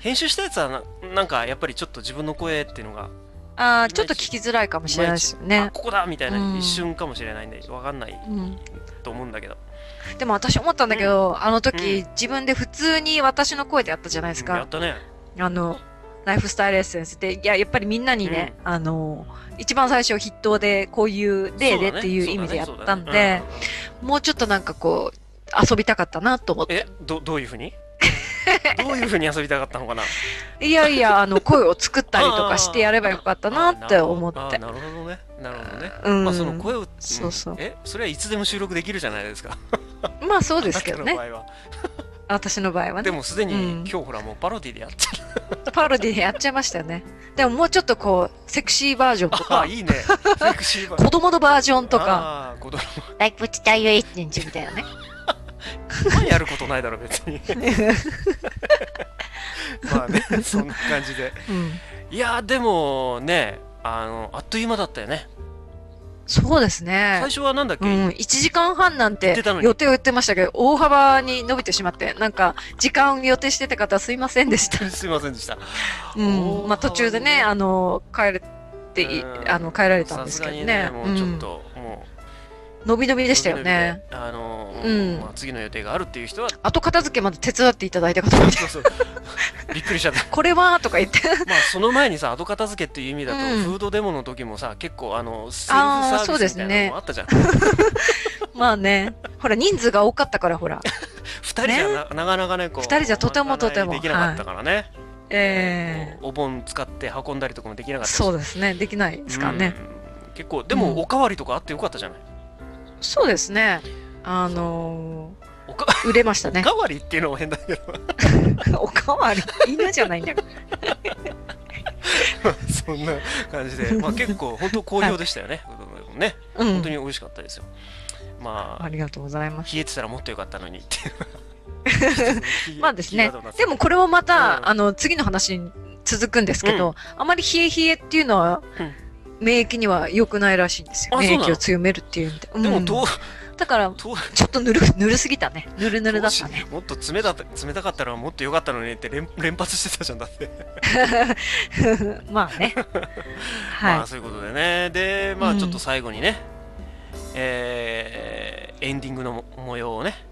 編集したやつはななんかやっぱりちょっと自分の声っていうのがあーちょっと聞きづらいかもしれないですよあね、ここだみたいな、うん一瞬かもしれないんで分かんないうん、と思うんだけどでも私思ったんだけど、あの時、自分で普通に私の声でやったじゃないですやかっ。たねあの、ライフスタイルエッセンスで、いや、やっぱりみんなにね、あの、一番最初筆頭でこういう例でっていう意味でやったんで、もうちょっとなんかこう、遊びたかったなと思って。えどどういうふう [laughs] にどういうふうに遊びたかったのかないやいや、あの、声を作ったりとかしてやればよかったなって思っあてー。なるほどねなるほどね、うん。まあその声を、んそうそうえそれはいつでも収録できるじゃないですかまあそうですけどあなね。たの場合は私の場合はでね。もすでに、うん今日ほらもうパロディでやっちゃパロディやっちゃいましたよね。でももうちょっとこう、セクシーバージョンと [laughs] あか、いいねセクシーバー子供のバージョンとか、あー子供ライブスタイルエッセンスみたいな [laughs] ね。やることないだろ別 [laughs] にまあねそんな感じでうん、いやーでもねあのあっという間だったよねそうですね最。初はなんだっけ、うん、1時間半なん言っててたのに予定を言ってましたけど、大幅に伸びてしまって、なんか、時間予定してた方すいません [laughs] でした。すいませんでしたうん。まあ途中でね、あの、帰れてい、うんあの、帰られたんさですすけがどにね。ねもうちょっんと、も伸び伸びうでしたよね。あの、うんまあ、次の予定があるっていう人は後片付けまで手伝っていただいたかと思 [laughs] って、 [laughs] そうそうびっくりしちゃったこれはとか言って。まあその前にさ後片付けっていう意味だと、うんフードデモの時もさ結構あのセルフサービスみたいなのもあったじゃん、二まあね。ほら、人数が多かったから、[laughs] ほら。人じゃな,、なかなかねこう二人じゃとてもとてもまかないできなかったからね、ええお盆使って運んだりとかもできなかったしそうですね。できないですからね。うん結構でうんもおかわりとかあってよかったじゃない、そうですね。あのおかー売れましたおね。かわりっていうのも変だけど [laughs] [laughs] おかわり。犬じゃないんだから。そんな感じで、まあ、結構本当好評でしたよね、うどんのもねう本当ん。に美味しかったですよまあありがとうございます。冷えてたらもっとよかったのにっていう [laughs] まあですキーねワードになっ。てでもこれもまた、うんあの、次の話に続くんですけど、あまり冷え冷えっていうのは、うん免疫には良くないらしいんですよ。あそうな免の疫を強めるっていう意味で。でもうんどうだから、どうちょっとぬる、ぬるすぎたね。ぬるぬるだったね。もっと冷た冷たかったらもっと良かったのにって連連発してたじゃんだって、 [laughs] まあね。はい。まあそういうことでねでまうあんちょっと最後にね、えーエンディングのも模様をね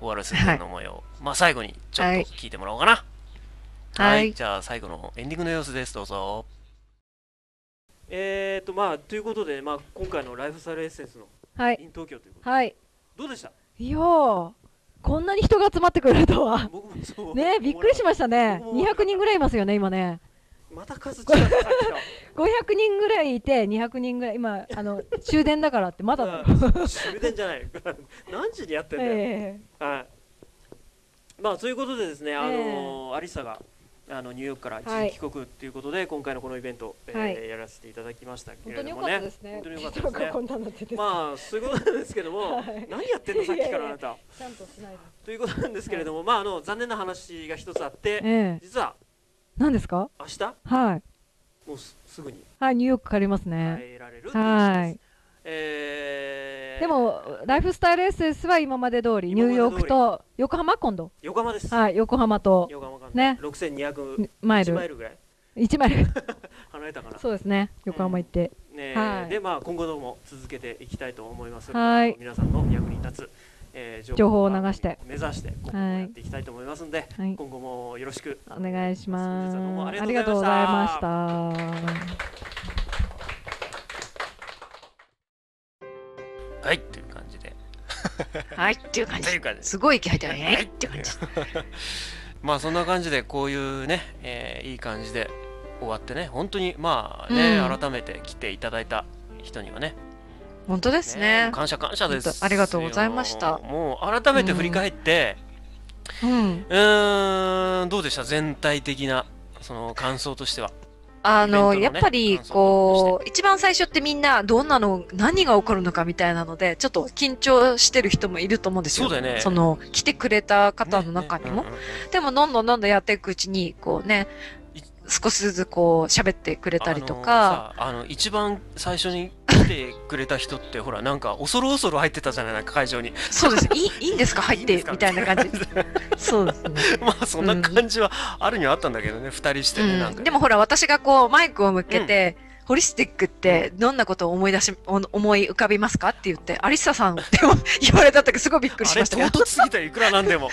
終わらせるの模様、まあ最後にちょっと聞いてもらおうかなはいじゃあ最後のエンディングの様子ですどうぞえーとまあということでまあ今回のライフスタイルエッセンスのはい、 in 東京ということではい、どうでした？いやーこんなに人が集まってくれると [laughs] は。僕もそうねびっくりしましたね。僕も200人ぐらいいますよね、今ね。また数違ったさっきの500人ぐらいいて、200人ぐらい、今、あの終電だからって、まだだよ。うん終電じゃない [laughs] 何時にやってんだよ、えはいまあということでですね、あのアリサがあのニューヨークから一時帰国ということで、今回のこのイベント、えーはいやらせていただきましたえけ本れ当にど良もかったねですね。本当に良かったですねこんなになってて、まあそういうことなんですけども、 [laughs] はい何やってんのさっきからあなたちゃんとしないで。ということなんですけれども、まああの残念な話が一つあって、ええ実は何ですか明日はい。もうすすぐにはい、ニューヨーク帰りますね。帰られるということはですい。。えーでも、ライフスタイルエッセンスは今まで通り、ニューヨークと横浜今度。横浜です。はい、横浜と横浜間ね六千二百マイマイル。ルぐらい1マイ [laughs] ル。離れたかな。そうですね。横浜行って。ねはいでまあ今後とも続けていきたいと思います。はい皆さんの役に立つ、えー、情報を流して目指して今後もやっていきたいと思いますので、はい。今後もよろしくお願いします。本日はどうもあありりががととうごうござざいいまましした。はいっていう感じではいっていう感といじう感じ。ですすごい息吐いてるね。はいっていう感じ。まあそんな感じでこういうね、えーいい感じで終わってね本当にまあね、うん改めて来ていただいた人にはね本当ですね。感謝感謝ですよ本当ありがとうございましたもう改めて振り返ってうん。うーんどうでした全体的なその感想としてはあの、イベンやトのっねぱり感、想こう、一番最初ってみんな、どんなの、何が起こるのかみたいなので、ちょっと緊張してる人もいると思うんですよ。そうだよねその、来てくれた方の中にねも。ねうんうんうんでも、どんどんどんどんやっていくうちに、こうねい、少しずつこう、喋ってくれたりとか、あのさあの一番最初に来てくれた人ってほらなんか恐る恐る入ってたじゃないなんか会場に [laughs] そうです。いい、いいんですか入っいいんでてす、かみたい [laughs] な感じ。そうですね。まあそんな感じはあるにはあったんだけどね、二人してね、なんかうねん、でもほら私がこうマイクを向けて、ホリスティックってどんなことを思い出しお思い浮かびますかって言ってアリッサさんって [laughs] 言われた時すごいびっくりあしれましたけ唐ど突すぎたよいくらなんで [laughs] も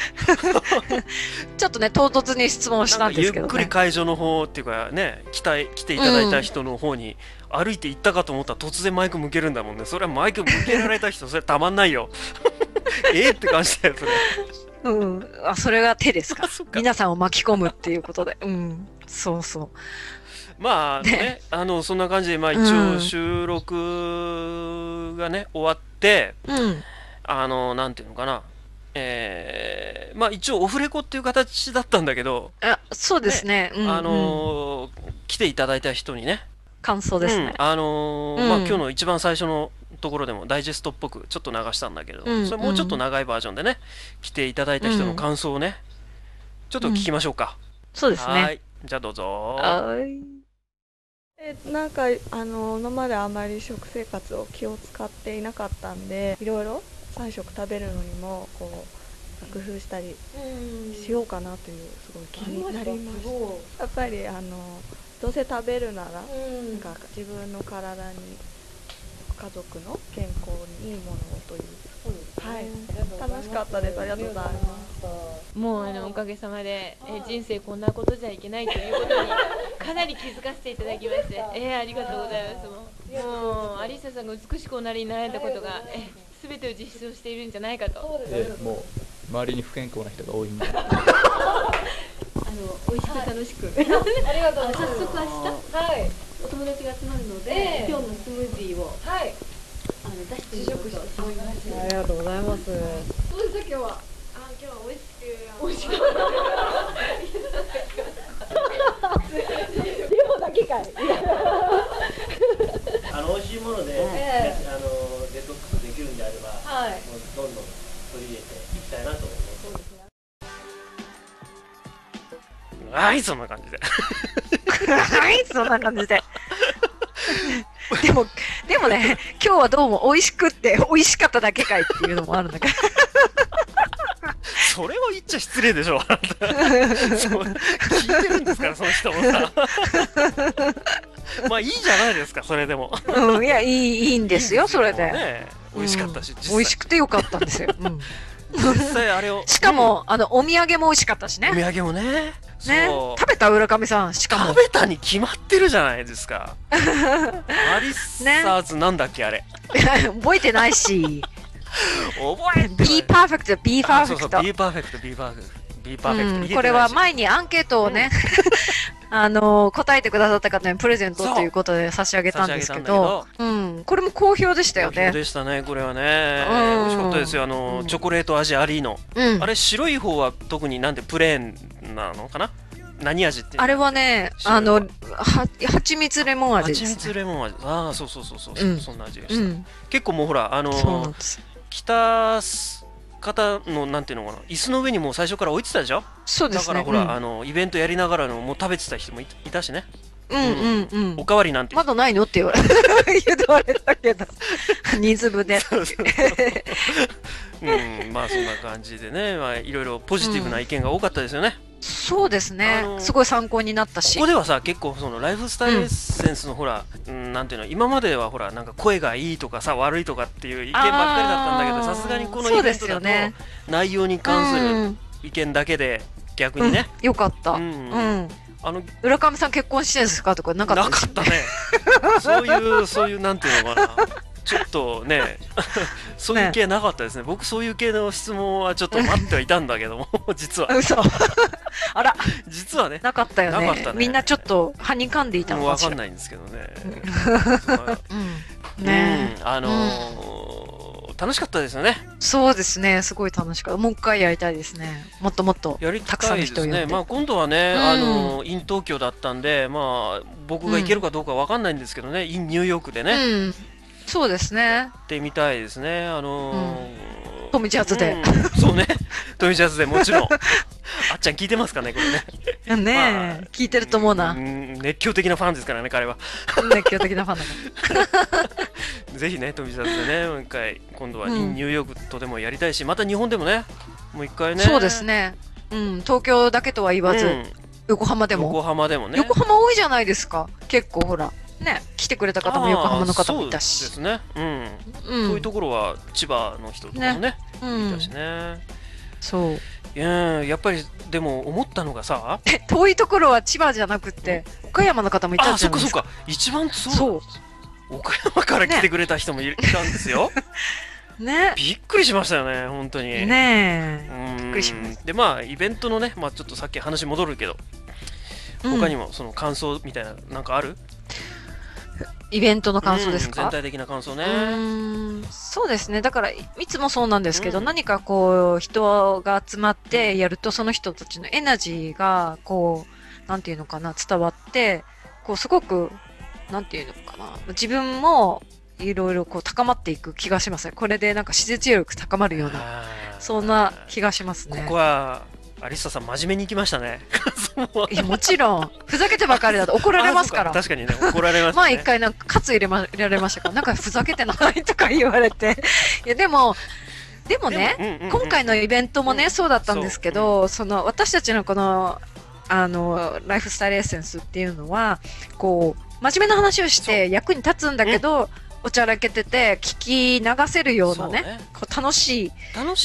ちょっとね唐突に質問をしなたんんかでゆっすけどくりね会場の方っていうかね来た来ていただいた人の方に歩いて行ったかと思ったら突然マイク向けるんだもんねそれはマイク向けられた人それたまんないよ [laughs] えーって感じだよそれうんあそれが手ですかそっか皆さんを巻き込むっていうことでうんそうそうまあねねあのそんな感じでまあ一応うん収録がね終わって、うんあのなんていうのかなえーまあ一応オフレコっていう形だったんだけど、あそうですねうん、あうんのー来ていただいた人にね感想ですねうん、あのーうんまあ今日の一番最初のところでもダイジェストっぽくちょっと流したんだけれども、うんそれもうちょっと長いバージョンでね来ていただいた人の感想をね、ちょっと聞きましょうか、そうですはーねいじゃあどうぞはーいえなんかあの今まであまり食生活を気を使っていなかったんでいろいろ3食食べるのにもこう工夫したりしようかなというすごい気になりましたやっぱりあのどうせ食べるならなんか自分の体に家族の健康にいいものをというはい楽しかったですありがとうございますもうあのおかげさまで、え人生こんなことじゃいけないということにかなり気づかせていただきま [laughs] して、えーありがとうございますもうもうアリサさんが美しくおなりになられたことが、えー、全てを実証しているんじゃないかとでもう周りに不健康な人が多いんであの美味しく楽しく、ありがとう早速明日はいお友達が集まるので、今日のスムージーをはいあの出して試食してしまいましたありがとうございますどうでした今日はあ今日は美味しく美味しくあの美味しいもので、ええあのデトックスできるんであれば、はいもうどんどん取り入れていきたいなと思います。はいそんな感じではい、そんな感じで。でも、でもね、今日はどうも美味しくって、美味しかっただけかいっていうのもあるんだけど。それを言っちゃ失礼で [laughs] しょあなたそう聞いてるんですからその人もさまあいいじゃないですかそれでもうん、いや、いい、いいんですよ、それで。ね美味しかったし、うん実美際味しくてよかったんですよ。うん実際あれをしかも、あの、お土産も美味しかったしうんおね。土産もねねそ、う食べた浦上さん、しか食も。 [laughs] べたに決まってるじゃないですかアリサーズなんだっけあれ覚えてないし。覚えて be perfect, be あそうそう perfect. ビーパーフェクトビーパーフェクトビーパーフェクうトん、これは前にアンケートをね、 [laughs] あの答えてくださった方にプレゼントということで差し上げたんですけどうん、これも好評でしたよね。でしたねこれはねうん美味しかったですよあのうんチョコレート味ありのうん、あれ白い方は特になんでプレーンなのかな何味っていうのあれはね、白あいのの、は、蜂蜜レモン味で蜂す、蜜ね。レモン味ああそうそうそうそう、うんそんな味がしうた、ん、結構もうほらあのそうなんです。北方のなんていうのかな椅子の上にもう最初から置いてたでしょそうでだすかね。らほら、あのイベントやりながらのもう食べてた人もいいたしね、うん、うん、うん、うおん。かわりなんて、まだないのって言われ [laughs] 言われた [laughs] けど、水粒で。うん、まあそんな感じでね、まあ、いろいろポジティブな意見が多かったですよね、そうですあねの。すごい参考になったしここ。ではさ結構そのライフスタイルエッセンスのほら、うん、なんていうの今まではほらなんか声がいいとかさ悪いとかっていう意見ばっかりだったんだけどあーさすがにこのそイベうでントすだよと、ね内容にう関んする意見だけで逆にね、うんよかった。ううんん。あの浦上さん結婚してんですかとかなかったなですかったねそういうそういうなんていうのかなちょっと [laughs] ねそういう系なかったですね僕そういう系の質問はちょっと待ってはいたんだけども実は嘘 [laughs] あら実はねなかったよねなかったねみんなちょっとはにかんでいたのもうかわしからんないんですけどね [laughs] うんねうんあのー楽しかったですよねそうですねすごい楽しかったもう一回やりたいですねもっともっとやりたくさんの人を呼んでですね、まあ、今度はね、うんあの in 東京だったんで、まあ、僕が行けるかどうかわかんないんですけどね、in ニューヨークでね、行うんそうですっねてみたいですね、あのートミジャズで、うんそうね、トミジャズでもち [laughs] ろん、あっちゃん聞いてますかね、これね、ねえ、聞いてると思ううな、ん熱狂的なファンですからね、彼は。熱狂的なファンだかぜひね、トミジャズでね、もう一回、今度は in うんニューヨークとでもやりたいし、また日本でもね、もう一回 [laughs] ら、ね、そうですねうん東京だけとは言わず、うん横浜でも横浜でもね、横浜多いじゃないですか結構ほらね来てくれた方も横浜の方もいたしあーそうですね、うんうんそういうところは千葉の人とかもねねうんいたしねそううんやっぱりでも思ったのがさえ [laughs] 遠いところは千葉じゃなくて岡山の方もいたあんじそゃっないかそっですかか一番そうそう岡山から来てくれた人もい,、たんですよね [laughs] びっくりしましたよね本当にねうんびっくりしまでまあイベントのね、まあ、ちょっとさっき話戻るけどうん他にもその感想みたいななんかある、イベントの感想でうすんか全体的な感想ねうーんそうですねだからいいつもそうなんですけど、何かこう人が集まってやるとその人たちのエナジーがこうなんていうのかな伝わってこうすごくなんていうのかな自分もいろいろこう高まっていく気がしますねこれでなんか施術力高まるようなそんな気がしますこねこはアリッサさん真面目に行きましたね [laughs] いやもちろんふざけてばかりだと怒られますからあそうか確かにね怒られますね前一回なんかカツ入れ,、ま、入れられましたからなんかふざけてないとか言われていやでもでもねでもうんうんうん今回のイベントもね、そうだったんですけど、その私たちのこのあのライフスタイルエッセンスっていうのはこう真面目な話をして役に立つんだけど、おちゃらけてて聞き流せるようなねそうねこう楽しい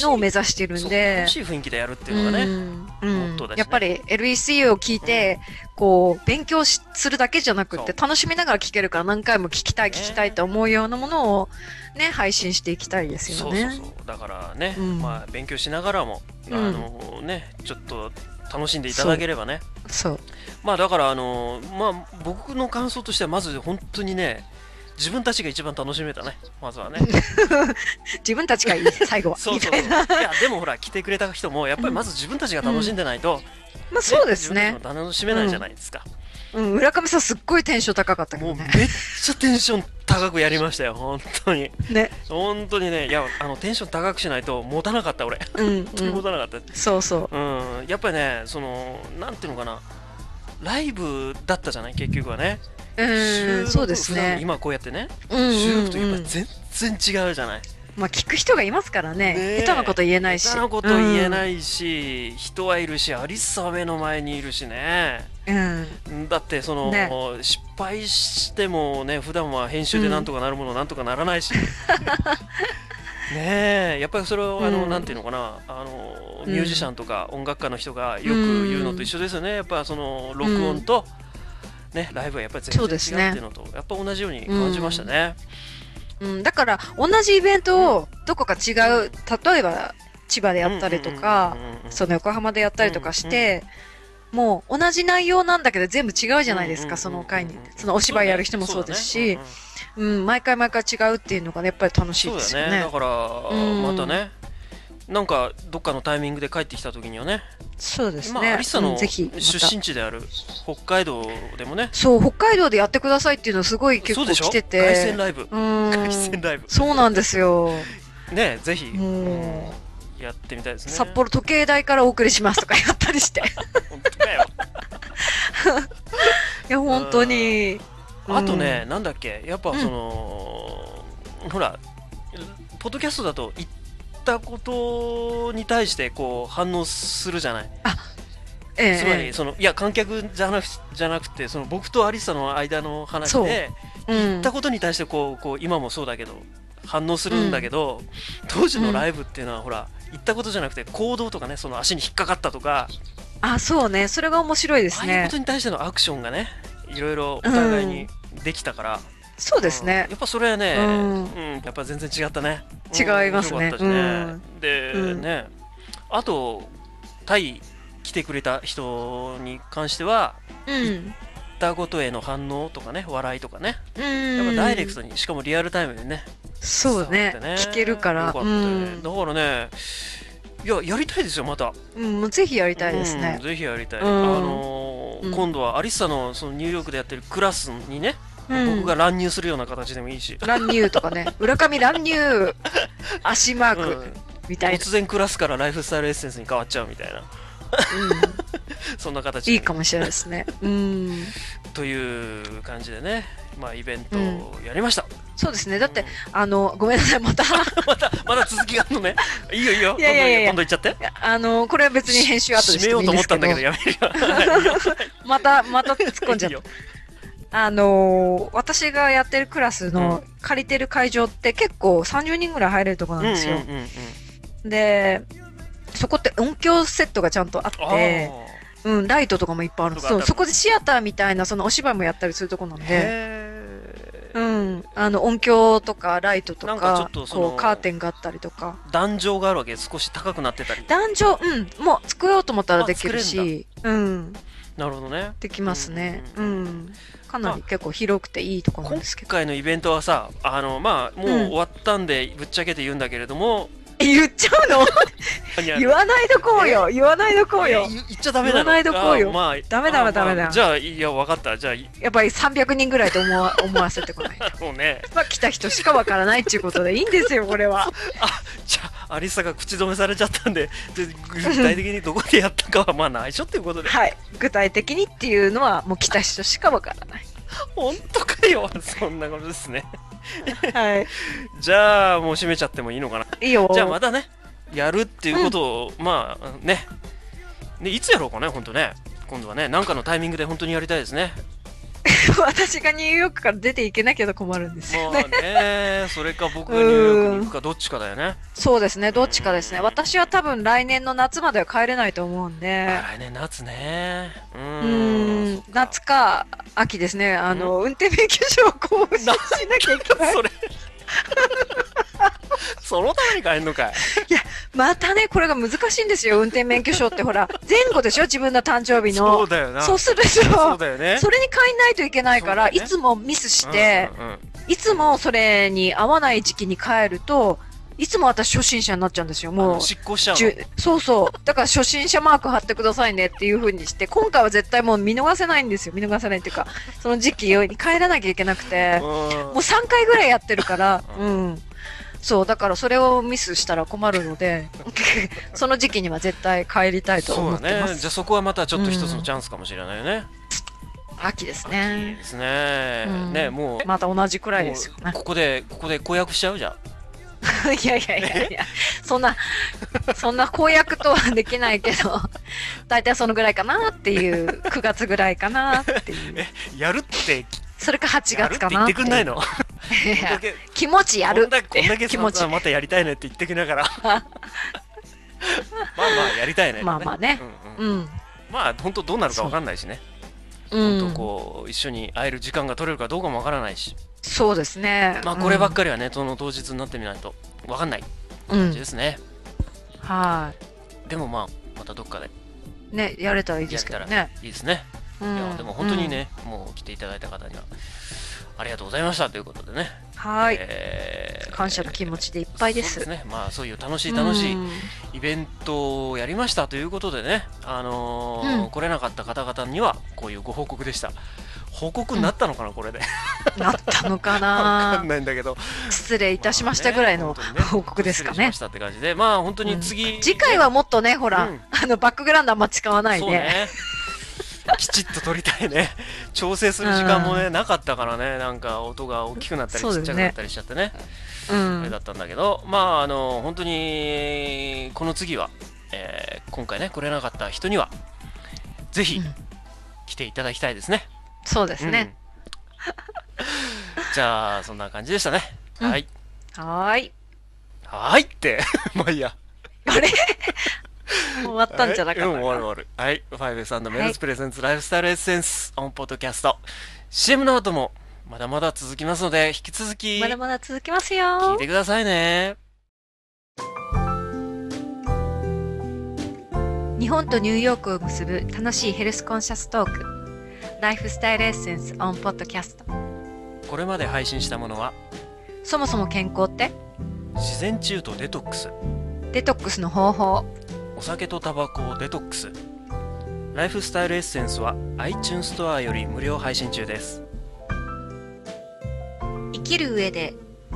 のを目指してるんそうで楽しい雰囲気でやるっていうのがね、うんモットーだしねやっぱり LECU を聞いて、こう勉強しするだけじゃなくて楽しみながら聞けるから何回も聞きたい聞きたいと思うようなものをね配信していきたいですそようそねう。そうだからね、うんまあ勉強しながらも、うんあのねちょっと楽しんでいただければねそうまあだからあのまあ僕の感想としてはまず本当にね自分たちが一番楽しめたねまずはね自分たちが [laughs] いい最後はそうみそうたそういいな。やでもほら来てくれた人もやっぱりまず自分たちが楽しんでないと、まあそうですね自分たちも楽しめないじゃないですか、うん村上さんすっごいテンション高かったけどね。めっちゃテンション高くやりましたよ本当にね本当にねいやあのテンション高くしないと持たなかった俺、うんうん本当に持たなかったそうそう。うん、やっぱりね、その、なんていうのかな、ライブだったじゃない、結局はね。う収ーん録そうです普段ねの。今こうやってね、うんうんうん収録とやっぱり全然違うじゃない。まあ聞く人がいますからね。ねえ下手なこと言えないし。下手なこと言えい。ないし、人はいるし、アリッサは目の前にいるしね。うん。だってその、ね失敗してもね普段は編集でなんとかなるものなんとかならないし、ねえやっぱりそれをあの、うんなんていうのかなあのうんミュージシャンとか音楽家の人がよく言うのと一緒ですよね、やっぱその録音と、ねライブはやっぱり全そう然違うでっすてねいうのと、やっぱ同じように感じましたね。うん、だから同じイベントをどこか違う、例えば千葉でやったりとか、その横浜でやったりとかして、もう同じ内容なんだけど全部違うじゃないですか、その回に。そのお芝居やる人もそうですし、うん、毎回毎回違うっていうのがね、やっぱり楽しいそうですだよよね。ねだから、うんまたねなんかどっかのタイミングで帰ってきた時にはねそうですね。まあ、アリサうのん出ぜひまた身地である北海道でもね、そう、北海道でやってくださいっていうのすごい結そう構でしょ来てて。凱旋ライブうん。凱旋ライブそうなんですよ。ねぜひもやってみたいですね。札幌時計台からお送りしますとかやったりして。いや、本当に。あとね、うんなんだっけ、やっぱその、ほら、ポッドキャストだと言ったことに対してこう反応するじゃない。ええつまりそのいや観客じゃなくじゃなくてその僕とアリサの間の話そうで、うん言ったことに対してこうこう今もそうだけど反応するんだけど、当時のライブっていうのは、ほら言ったことじゃなくて行動とかねその足に引っかかったとかあ、そうね。それが面白いですああいうねこと。に対してのアクションがねいろいろお互いにできたから、そうですねやっぱそれはね、ううんんやっぱ全然違ったね。違います面白かっねたしねで、うんね、あとタイ来てくれた人に関しては、うん行ったことへの反応とかね、笑いとかね、うんやっぱダイレクトに、しかもリアルタイムでね、そうね聞けるからよかっうたよねん、だからね、いややりたいですよまた。うん、もうぜひやりたいですねうん、ぜひやりたい、うんあのーうん今度はアリッサのそのニューヨークでやってるクラスにね、うん僕が乱入するような形でもいいし乱入とか [laughs] ね浦上乱入足マーク、みたいな突然クラスからライフスタイルエッセンスに変わっちゃうみたいな、 [laughs] そんな形いいかもしれないですねうんという感じでねまあイベントをやりました、そうですねだって、あのごめんなさいまたまだ続きがあるの [laughs] ねいいよいいよいやいやいやいやどんどんどんどん行っちゃってあのこれは別に編集後で締めようと思ったんだけどやめ [laughs] るよまたまた突っ込んじゃったあのー私がやってるクラスの借りてる会場って結構30人ぐらい入れるとこなんですよ、うんうんうんうんでそこって音響セットがちゃんとあってうん、ライトとかもいっぱいあるんですとかあっそうたのそこでシアターみたいなそのお芝居もやったりするとこなんでうん、あの音響とかライトとかなんかちょっとそのこうカーテンがあったりとか壇上があるわけ少し高くなってたり壇上、うん、もう作ろうと思ったらできるあ作し、うん、なるほどねできますね、うんかなり結構広くていいとこなんですけど今回のイベントはさあのまあもううん終わったんで、ぶっちゃけて言うんだけれど [laughs] も [laughs] 言っちゃうの言わないとこうよ言わないとこうよ言っちゃダメなの言わないとこうよ、あまあ、ダメダメダメあまだあじゃあいや分かったじゃあい [laughs] やっぱり300人ぐらいと思わ [laughs] 思わせてこないもうねまあ来た人しかわからないっていうことでいいんですよこ [laughs] れはアリサが口止めされちゃったんでで具体的にどこでやったかはまあ内緒っていうことではい具体的にっていうのはもう来た人しかわからない本当かよそんなことですねはい [laughs] じゃあもう閉めちゃってもいいのかないいよじゃあまたねやるっていうことを、まあねねいつやろうかね本当ね今度はね何かのタイミングで本当にやりたいですね [laughs] 私がニューヨークから出ていけなきゃ困るんですよまあ [laughs] ねそれか僕がニューヨークに行くかどっちかだよねそうですねどっちかですね私は多分来年の夏までは帰れないと思うんで来年夏ねううーんーん夏か秋ですねあの運転免許証を更新しなきゃいけない [laughs] そのために帰んのかいまたねこれが難しいんですよ運転免許証ってほ [laughs] ら前後でしょ自分の誕生日のそうだよなそうするとそうだよねそれに変えないといけないから、いつもミスして、うんうんいつもそれに合わない時期に帰るといつも私初心者になっちゃうんですよもう執行しちゃうのじゅそうそうだから初心者マーク貼ってくださいねっていう風にして今回は絶対もう見逃せないんですよ見逃せないっていうかその時期に帰らなきゃいけなくてもう3回ぐらいやって [laughs] るからうんそうだからそれをミスしたら困るので [laughs] その時期には絶対帰りたいとそ思うってまだねす、じゃあそこはまたちょっと一つのチャンスかもしれないよね、秋ですねですね、うんねもうまた同じくらいですよもうここでここで公約しちゃうじゃんいやいやいやいや、そんな、そんな公約とはできないけど、 [laughs] 大体そのぐらいかなっていう、9月ぐらいかなっていう、やるってそれか8やるって月か言っなっててくいんう。ないのいや [laughs] 気持ちやるこんだってけこんだけ気持ち散々またやりたいねって言ってきな [laughs] がらまあまあやりたいねまあまあねうんうん。うん。まあ本当どうなるかわかんないしねう本当ん。こう一緒に会える時間が取れるかどうかもわからないしそうですね。まあこればっかかりはね、その当日になってみないとわかんないうん感じですね、はでもまあまたどっかでい。ね、やれたらいいですけどやれねた。らいいですね、うんいやでも本当にね、もう来ていただいた方にはありがとうございましたということでねはい。え感謝の気持ちでいっぱいです。そうですねまあそういう楽しい楽しいうんイベントをやりましたということでね、あのーうん来れなかった方々にはこういうご報告でした報告になったのかな、これでなったの [laughs] かわかなんないんだけど失礼いたしましたぐらいの報告ですかね。したって感じでまあ本当に次、次回はもっとね、ほら、うんあの、バックグラウンドあんま使わないで。そうねきちっと撮りたいね調整する時間もね、なかったからねなんか音が大きくなったりちそうだよっねちゃくなったりしちゃってねうんあれだったんだけどまああの本当にこの次は、えー今回ね来れなかった人にはぜひ来ていただきたいですね、そうですね。うん [laughs] じゃあそんな感じでしたね、はいはーい。はーいって [laughs] まあいいや終わったんじゃなかったはいうん、終わる終わる。はい。ファイブスメルズプレゼンツライフスタイルエッセンスオンポッドキャスト。CM の後もまだまだ続きますので、引き続きまだまだ続きますよ。聞いてくださいね。日本とニューヨークを結ぶ楽しいヘルスコンシャストークライフスタイルエッセンスオンポッドキャストこれまで配信したものは、そもそも健康って自然治癒とデトックス、デトックスの方法お酒とタバコをデトックス、ライフスタイルエッセンスは iTunes ストアより無料配信中です。生きる上で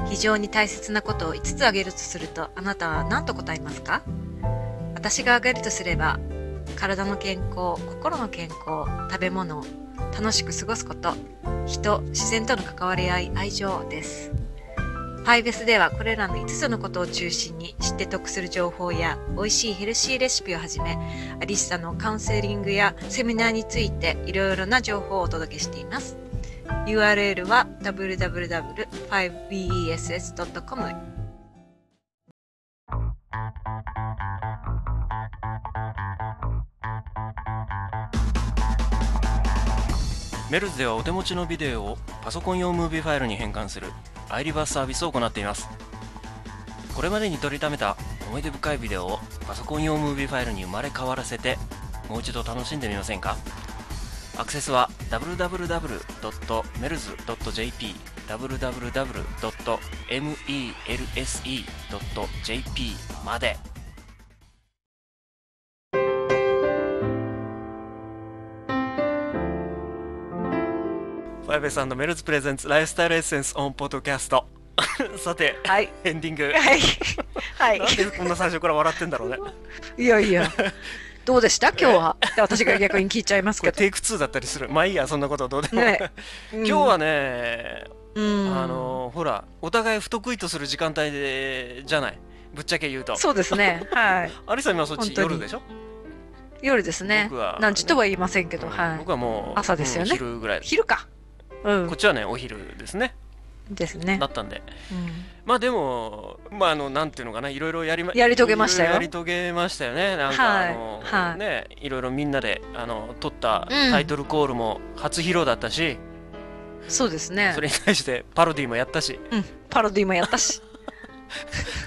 非常に大切なことを5つ挙げるとするとあなたは何と答えますか私が挙げるとすれば体の健康心の健康食べ物楽しく過ごすこと人自然との関わり合い愛情ですパイベスではこれらの5つのことを中心に知って得する情報や美味しいヘルシーレシピをはじめアリスタのカウンセリングやセミナーについていろいろな情報をお届けしています URL は www.5bess.com メルズではお手持ちのビデオをパソコン用ムービーファイルに変換するアイリバーサービスを行っていますこれまでに撮りためた思い出深いビデオをパソコン用ムービーファイルに生まれ変わらせてもう一度楽しんでみませんかアクセスは www.melz.jp www.melse.jp までファイベさんのメルズプレゼンツライフスタイルエッセンスオンポッドキャスト [laughs] さて、エンディングはいはいなんでこんな最初から笑ってんだろ [laughs] うねいや [laughs] いやどうでした今日はって私が逆に聞いちゃいますこけれどテイク2だったりするまあいいやそんなことはどうでも、ねう [laughs] ん今日はね、うんあのほらお互い不得意とする時間帯でじゃないぶっちゃけ言うとそうですね [laughs] はいありさん今そっ本ち当に夜でしょ、夜ですね僕はね何時とは言いませんけど、はい僕はもう朝ですよねうん昼ぐらい昼かうんこっちはねお昼ですねですねだったんでうんまあでもまああのなんていうのかないろいろやりまやり遂げましたよいろいろやり遂げましたよねなんか、はいあの、はいねいろいろみんなであの撮ったうんタイトルコールも初披露だったし、そうですねそれに対してパロディもやったしうんパロディもやっ [laughs] たし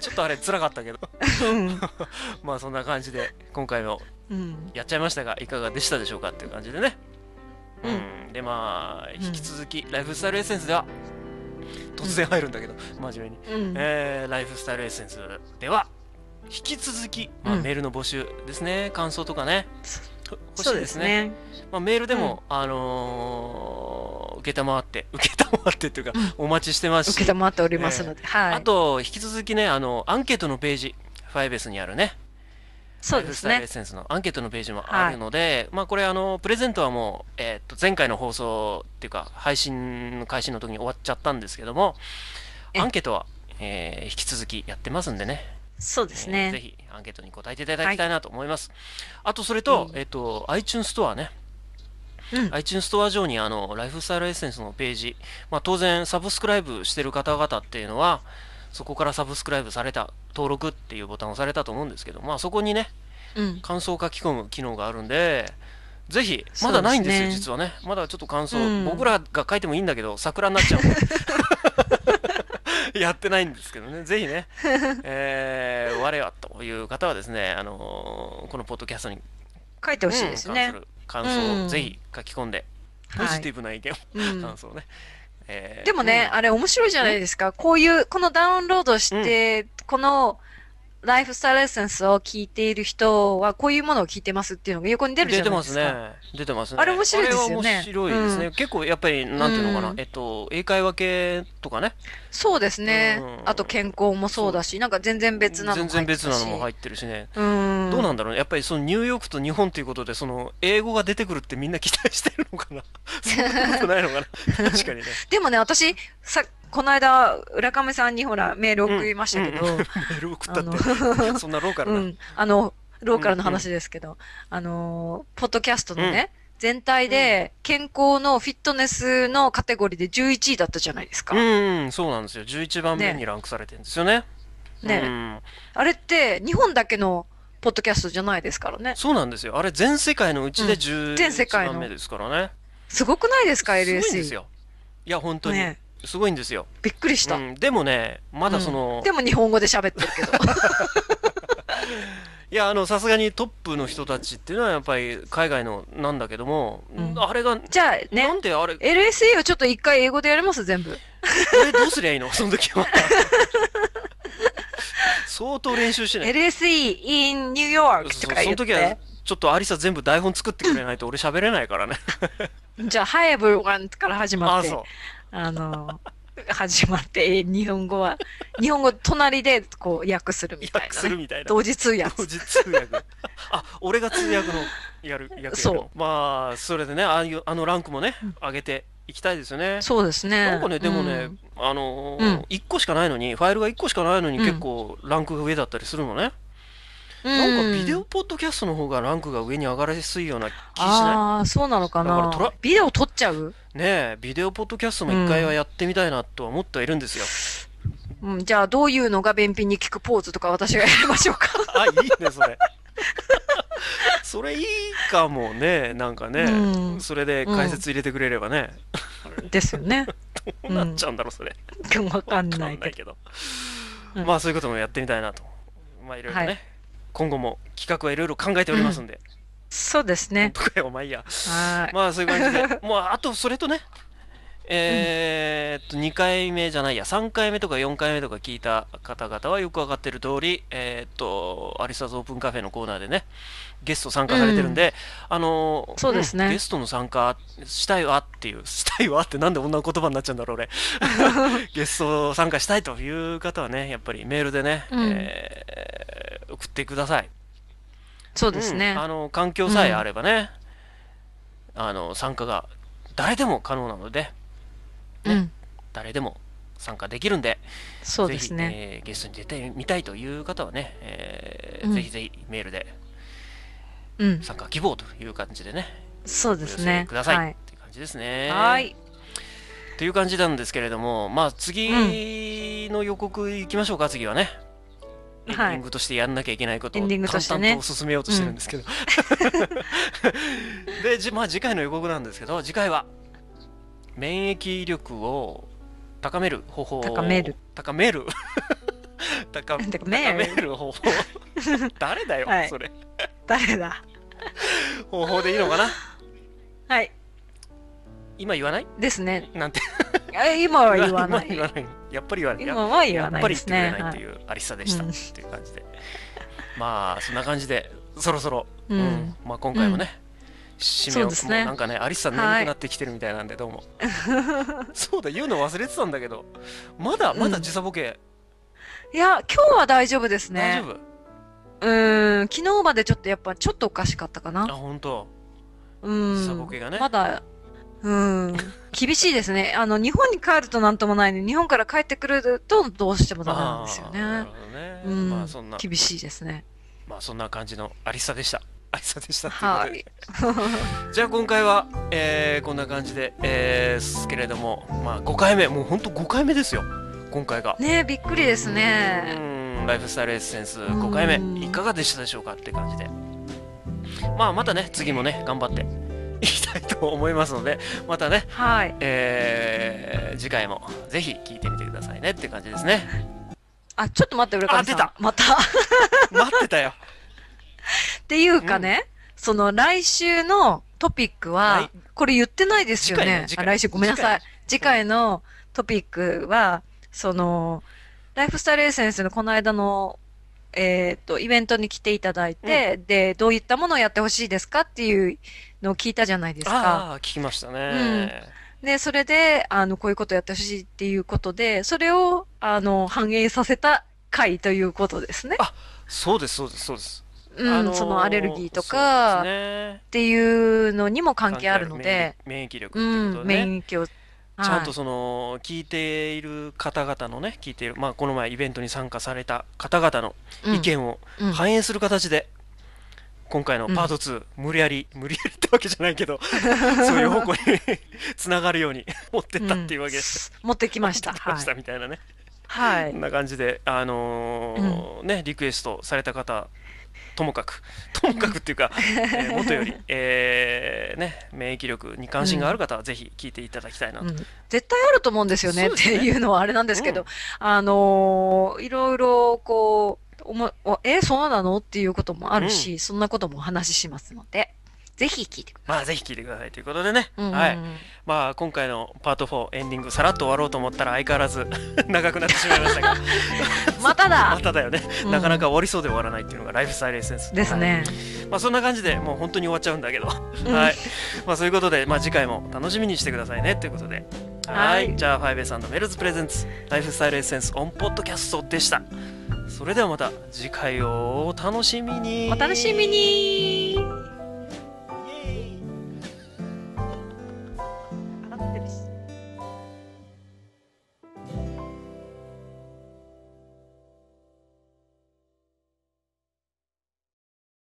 ちょっとあれ辛かったけど [laughs] うんまあそんな感じで今回もうんやっちゃいましたがいかがでしたでしょうかっていう感じでねうんうんでまあ引き続き、ライフスタイルエッセンスでは突然入るんだけど、真面目に、うんえーライフスタイルエッセンスでは引き続き、まあうんメールの募集ですね感想とかねほ欲しそいうでですすねねまあ、メールでも、あのー、受けたまわって [laughs] 受けたまわってっていうか、お待ちしてますし受けまっておりますので、はいあと引き続きねあのアンケートのページファイベスにあるねそうですライフねスタイルエッセンスのアンケートのページもあるので、まあこれあのプレゼントはもう、えーっと前回の放送っていうか配信の開始の時に終わっちゃったんですけどもえアンケートは、えー引き続きやってますんでねそうですえーぜねひアンケートに答えていただきたいなと思います、あとそれと、えーっと iTunes ストアねうん iTunes ストア上にあのライフスタイルエッセンスのページ、まあ、当然サブスクライブしてる方々っていうのはそこからサブスクライブされた登録っていうボタンを押されたと思うんですけど、まあ、そこにねうん感想を書き込む機能があるんで、ぜひ、まそうでだすねないんですよ、実はね。まだちょっと感想、うん僕らが書いてもいいんだけど、桜になっちゃう。やってないんですけど [laughs] ね、ぜひ [laughs] ね、えー我はという方はですね、あのーこのポッドキャストに書いてほしいですうんね関する感想うをんぜひ書き込んで、はポいジティブな意見を、うん感想をね。えーでもね、うんあれ面白いじゃないですか。こういう、このダウンロードして、このライフスタイルエッセンスを聞いている人は、こういうものを聞いてますっていうのが横に出るじ出ゃてないまですすか。ね。出てますね。あれ面白いですよあねれは面白いですね。う結構やっぱり、なんていうのかな、うんえっと、英会話系とかね、そうですねうん。あと健康もそうだし、なんか全然別なのも全入然ってたし。別なのも入ってるしね、うん。どうなんだろうねやっぱりそのニューヨークと日本ということでその英語が出てくるってみんな期待してるの [laughs] かなそんなことないのかな確かにねでもね、私、さ、この間、浦上さんにほら、メール送りましたけど、うんうんメール送ったってあの [laughs] そんなローカルうな、ん、あのローカルの話ですけど、あのーポッドキャストのね、全体で健康のフィットネスのカテゴリーで11位だったじゃないですか。うんうんそうなんですよ11番目にランクされてるんですよねねうんあれって日本だけのポッドキャストじゃないですからね。そうなんですよあれ全世界のうちで全世11界の番目ですからね、すごくないですか、すごいん LSE。ですよいや本当に、ねすごいんですよびっくりした、うんでもねまだその、でも日本語で喋ってる [laughs] けどいやあのさすがにトップの人たちっていうのはやっぱり海外のなんだけども、あれがじゃあねなんであれ LSE をちょっと一回英語でやります全部えどうすりゃいいの [laughs] その時は相当練習しない LSE in New York そとうそか言のって時はちょっとアリサ全部台本作ってくれないと俺喋れないから [laughs] ねじゃあ Hi everyone から始まってあそうあの始まって日本語は日本語隣でこう訳するみたいなね、訳するみたいな同時通訳同時通訳あ俺が通訳のやる役やるそまあそれでねああいうあのランクもね上げていきたいですよねそうですねなんかねでもね、うんあのうーん一1個しかないのにファイルが1個しかないのにうん結構ランクが上だったりするのね、うんなんかビデオポッドキャストの方がランクが上に上がりやすいような気しないああそうなのかだからトラなビデオ撮っちゃう、ねえビデオポッドキャストも1回はやってみたいなとは思ってはいるんですよ、うん、じゃあどういうのが便秘に効くポーズとか私がやりま [laughs] しょうかあいいねそれ [laughs] それいいかもねなんかね、うんそれで解説入れてくれればね、ですよねどうなっちゃうんだろうそれ、わかんないわかんないけけど、うんまあそういうこともやってみたいなとまあいろいど、ろね、はい、今後も企画はいろいろ考えておりますんで、そうですねとかよ、まあいいや。はいまあそういう感じで、もうあとそれとね、えーっと、2回目じゃないや、3回目とか4回目とか聞いた方々はよくわかってる通り、えーっと、アリサズオープンカフェのコーナーでね、ゲスト参加されてるんで、あのーそうですねんゲストの参加したいわっていう、 [laughs] したいわってなんで女の言葉になっちゃうんだろう、俺。 [laughs] ゲスト参加したいという方はね、やっぱりメールでね、うんえー送ってください。そうですね、うんあの環境さえあればね、あの参加が誰でも可能なので、ねうん誰でも参加できるんでそうですねぜひ、えーゲストに出てみたいという方はね、えーうんぜひぜひメールでうん参加希望という感じでね、そうですお寄ねせください、はいっていう感じですね。はいという感じなんですけれども、まあ、次の予告いきましょうか、次はね。エンデはいィングとしてやんなきゃいけないことエをンディ淡ングとしてね々と進めようとしてるんですけど。 [laughs] で、じまあ、次回の予告なんですけど、次回は免疫力を高める方法を高める高める [laughs] 高め高めるる方法誰だよ、はいそれ [laughs] 誰だ方法でいいのかなはい今言わないですねなんてえ今は言わない [laughs] 今は言わないやっぱり言わない今は言わやなっいぱりで言っすてくれねないっていうありさでした、うんっていう感じでまあそんな感じでそろそろ、うんまあ、今回もね、締めをそうですねもうなんかねありさは眠いくなってきてるみたいなんでどうも、 [laughs] そうだ言うの忘れてたんだけどまだまだ時差ボケ、いや今日は大丈夫です大ね丈夫うーん、昨日までちょっとやっぱちょっとおかしかったかあな。本当うサーボん。ケがねまだ、うーん。厳しいですね。あの、日本に帰るとなんともないのに、日本から帰ってくるとどうしてもダメなんですよあーなねる。ほどね、うん。まあそんな厳しいですね。まあそんな感じのありさでしたありさでしたっていうことはでい。 [laughs] じゃあ今回は、えーこんな感じで、えーですけれども、まあ、5回目もうほんと5回目ですよ今回が、ねえびっくりですうね。ーんライフスタイルエッセンス5回目いかがでしたでしょうかって感じでまあまたね次もね頑張っていきたいと思いますのでまたね、はい。えー次回もぜひ聞いてみてくださいねって感じですね [laughs] あ、ちょっと待って、浦上さん。あ出たまた。待ってたよっていうかね、その来週のトピックは、はいこれ言ってないですよ次回ねね。次あ回来週ごめんなさい。次回のトピックは、その、ライフスタイルエッセンスのこの間の、えっ、と、イベントに来ていただいて、で、どういったものをやってほしいですかっていうのを聞いたじゃないですか。ああ聞きましたね、で、それで、あの、こういうことやってほしいっていうことで、それを、あの、反映させた回ということですね。そうですそうですそうですうん、あのーそのアレルギーとか、そうですねっていうのにも関係あるので、免疫免疫力うっていうことん、でね、免疫を、ちゃんとはいその聞いている方々のね聞いているまあこの前イベントに参加された方々のうん意見をうん反映する形で、今回のパート2、無理やり無理やりってわけじゃないけど [laughs] そういう方向に [laughs] つながるように持ってったっていうわけ [laughs] です。持ってき [laughs] ました。出まはしい。たみたいなね、はこいん。な感じであのーねリクエストされた [laughs] [laughs] 方ともかくともかくっていうか、えー元より、えーね免疫力に関心がある方はぜひ聞いていただきたいなと、絶対あると思うんですよねそうでっすてねいうのはあれなんですけど、あのーいろいろこう、おも、おえ、そうなのっていうこともあるし、そんなこともお話ししますので、ぜひ聞いてくだまあぜひ聞いてくださいということでね、うんうんうんはいまあ今回のパート4エンディングさらっと終わろうと思ったら相変わらず [laughs] 長くなってしまいま [laughs] したがまただまただよね、うんなかなか終わりそうで終わらないっていうのがライフスタイルエッセンスさい。ですね。まあそんな感じでもう本当に終わっちゃうんだけど、うんはいまあそういうことでまあ次回も楽しみにしてくださいねということではいじゃあファイベさんのメルズプレゼンツライフスタイルエッセンスオンポッドキャストでしたそれではまた次回をお楽しみにお楽しみに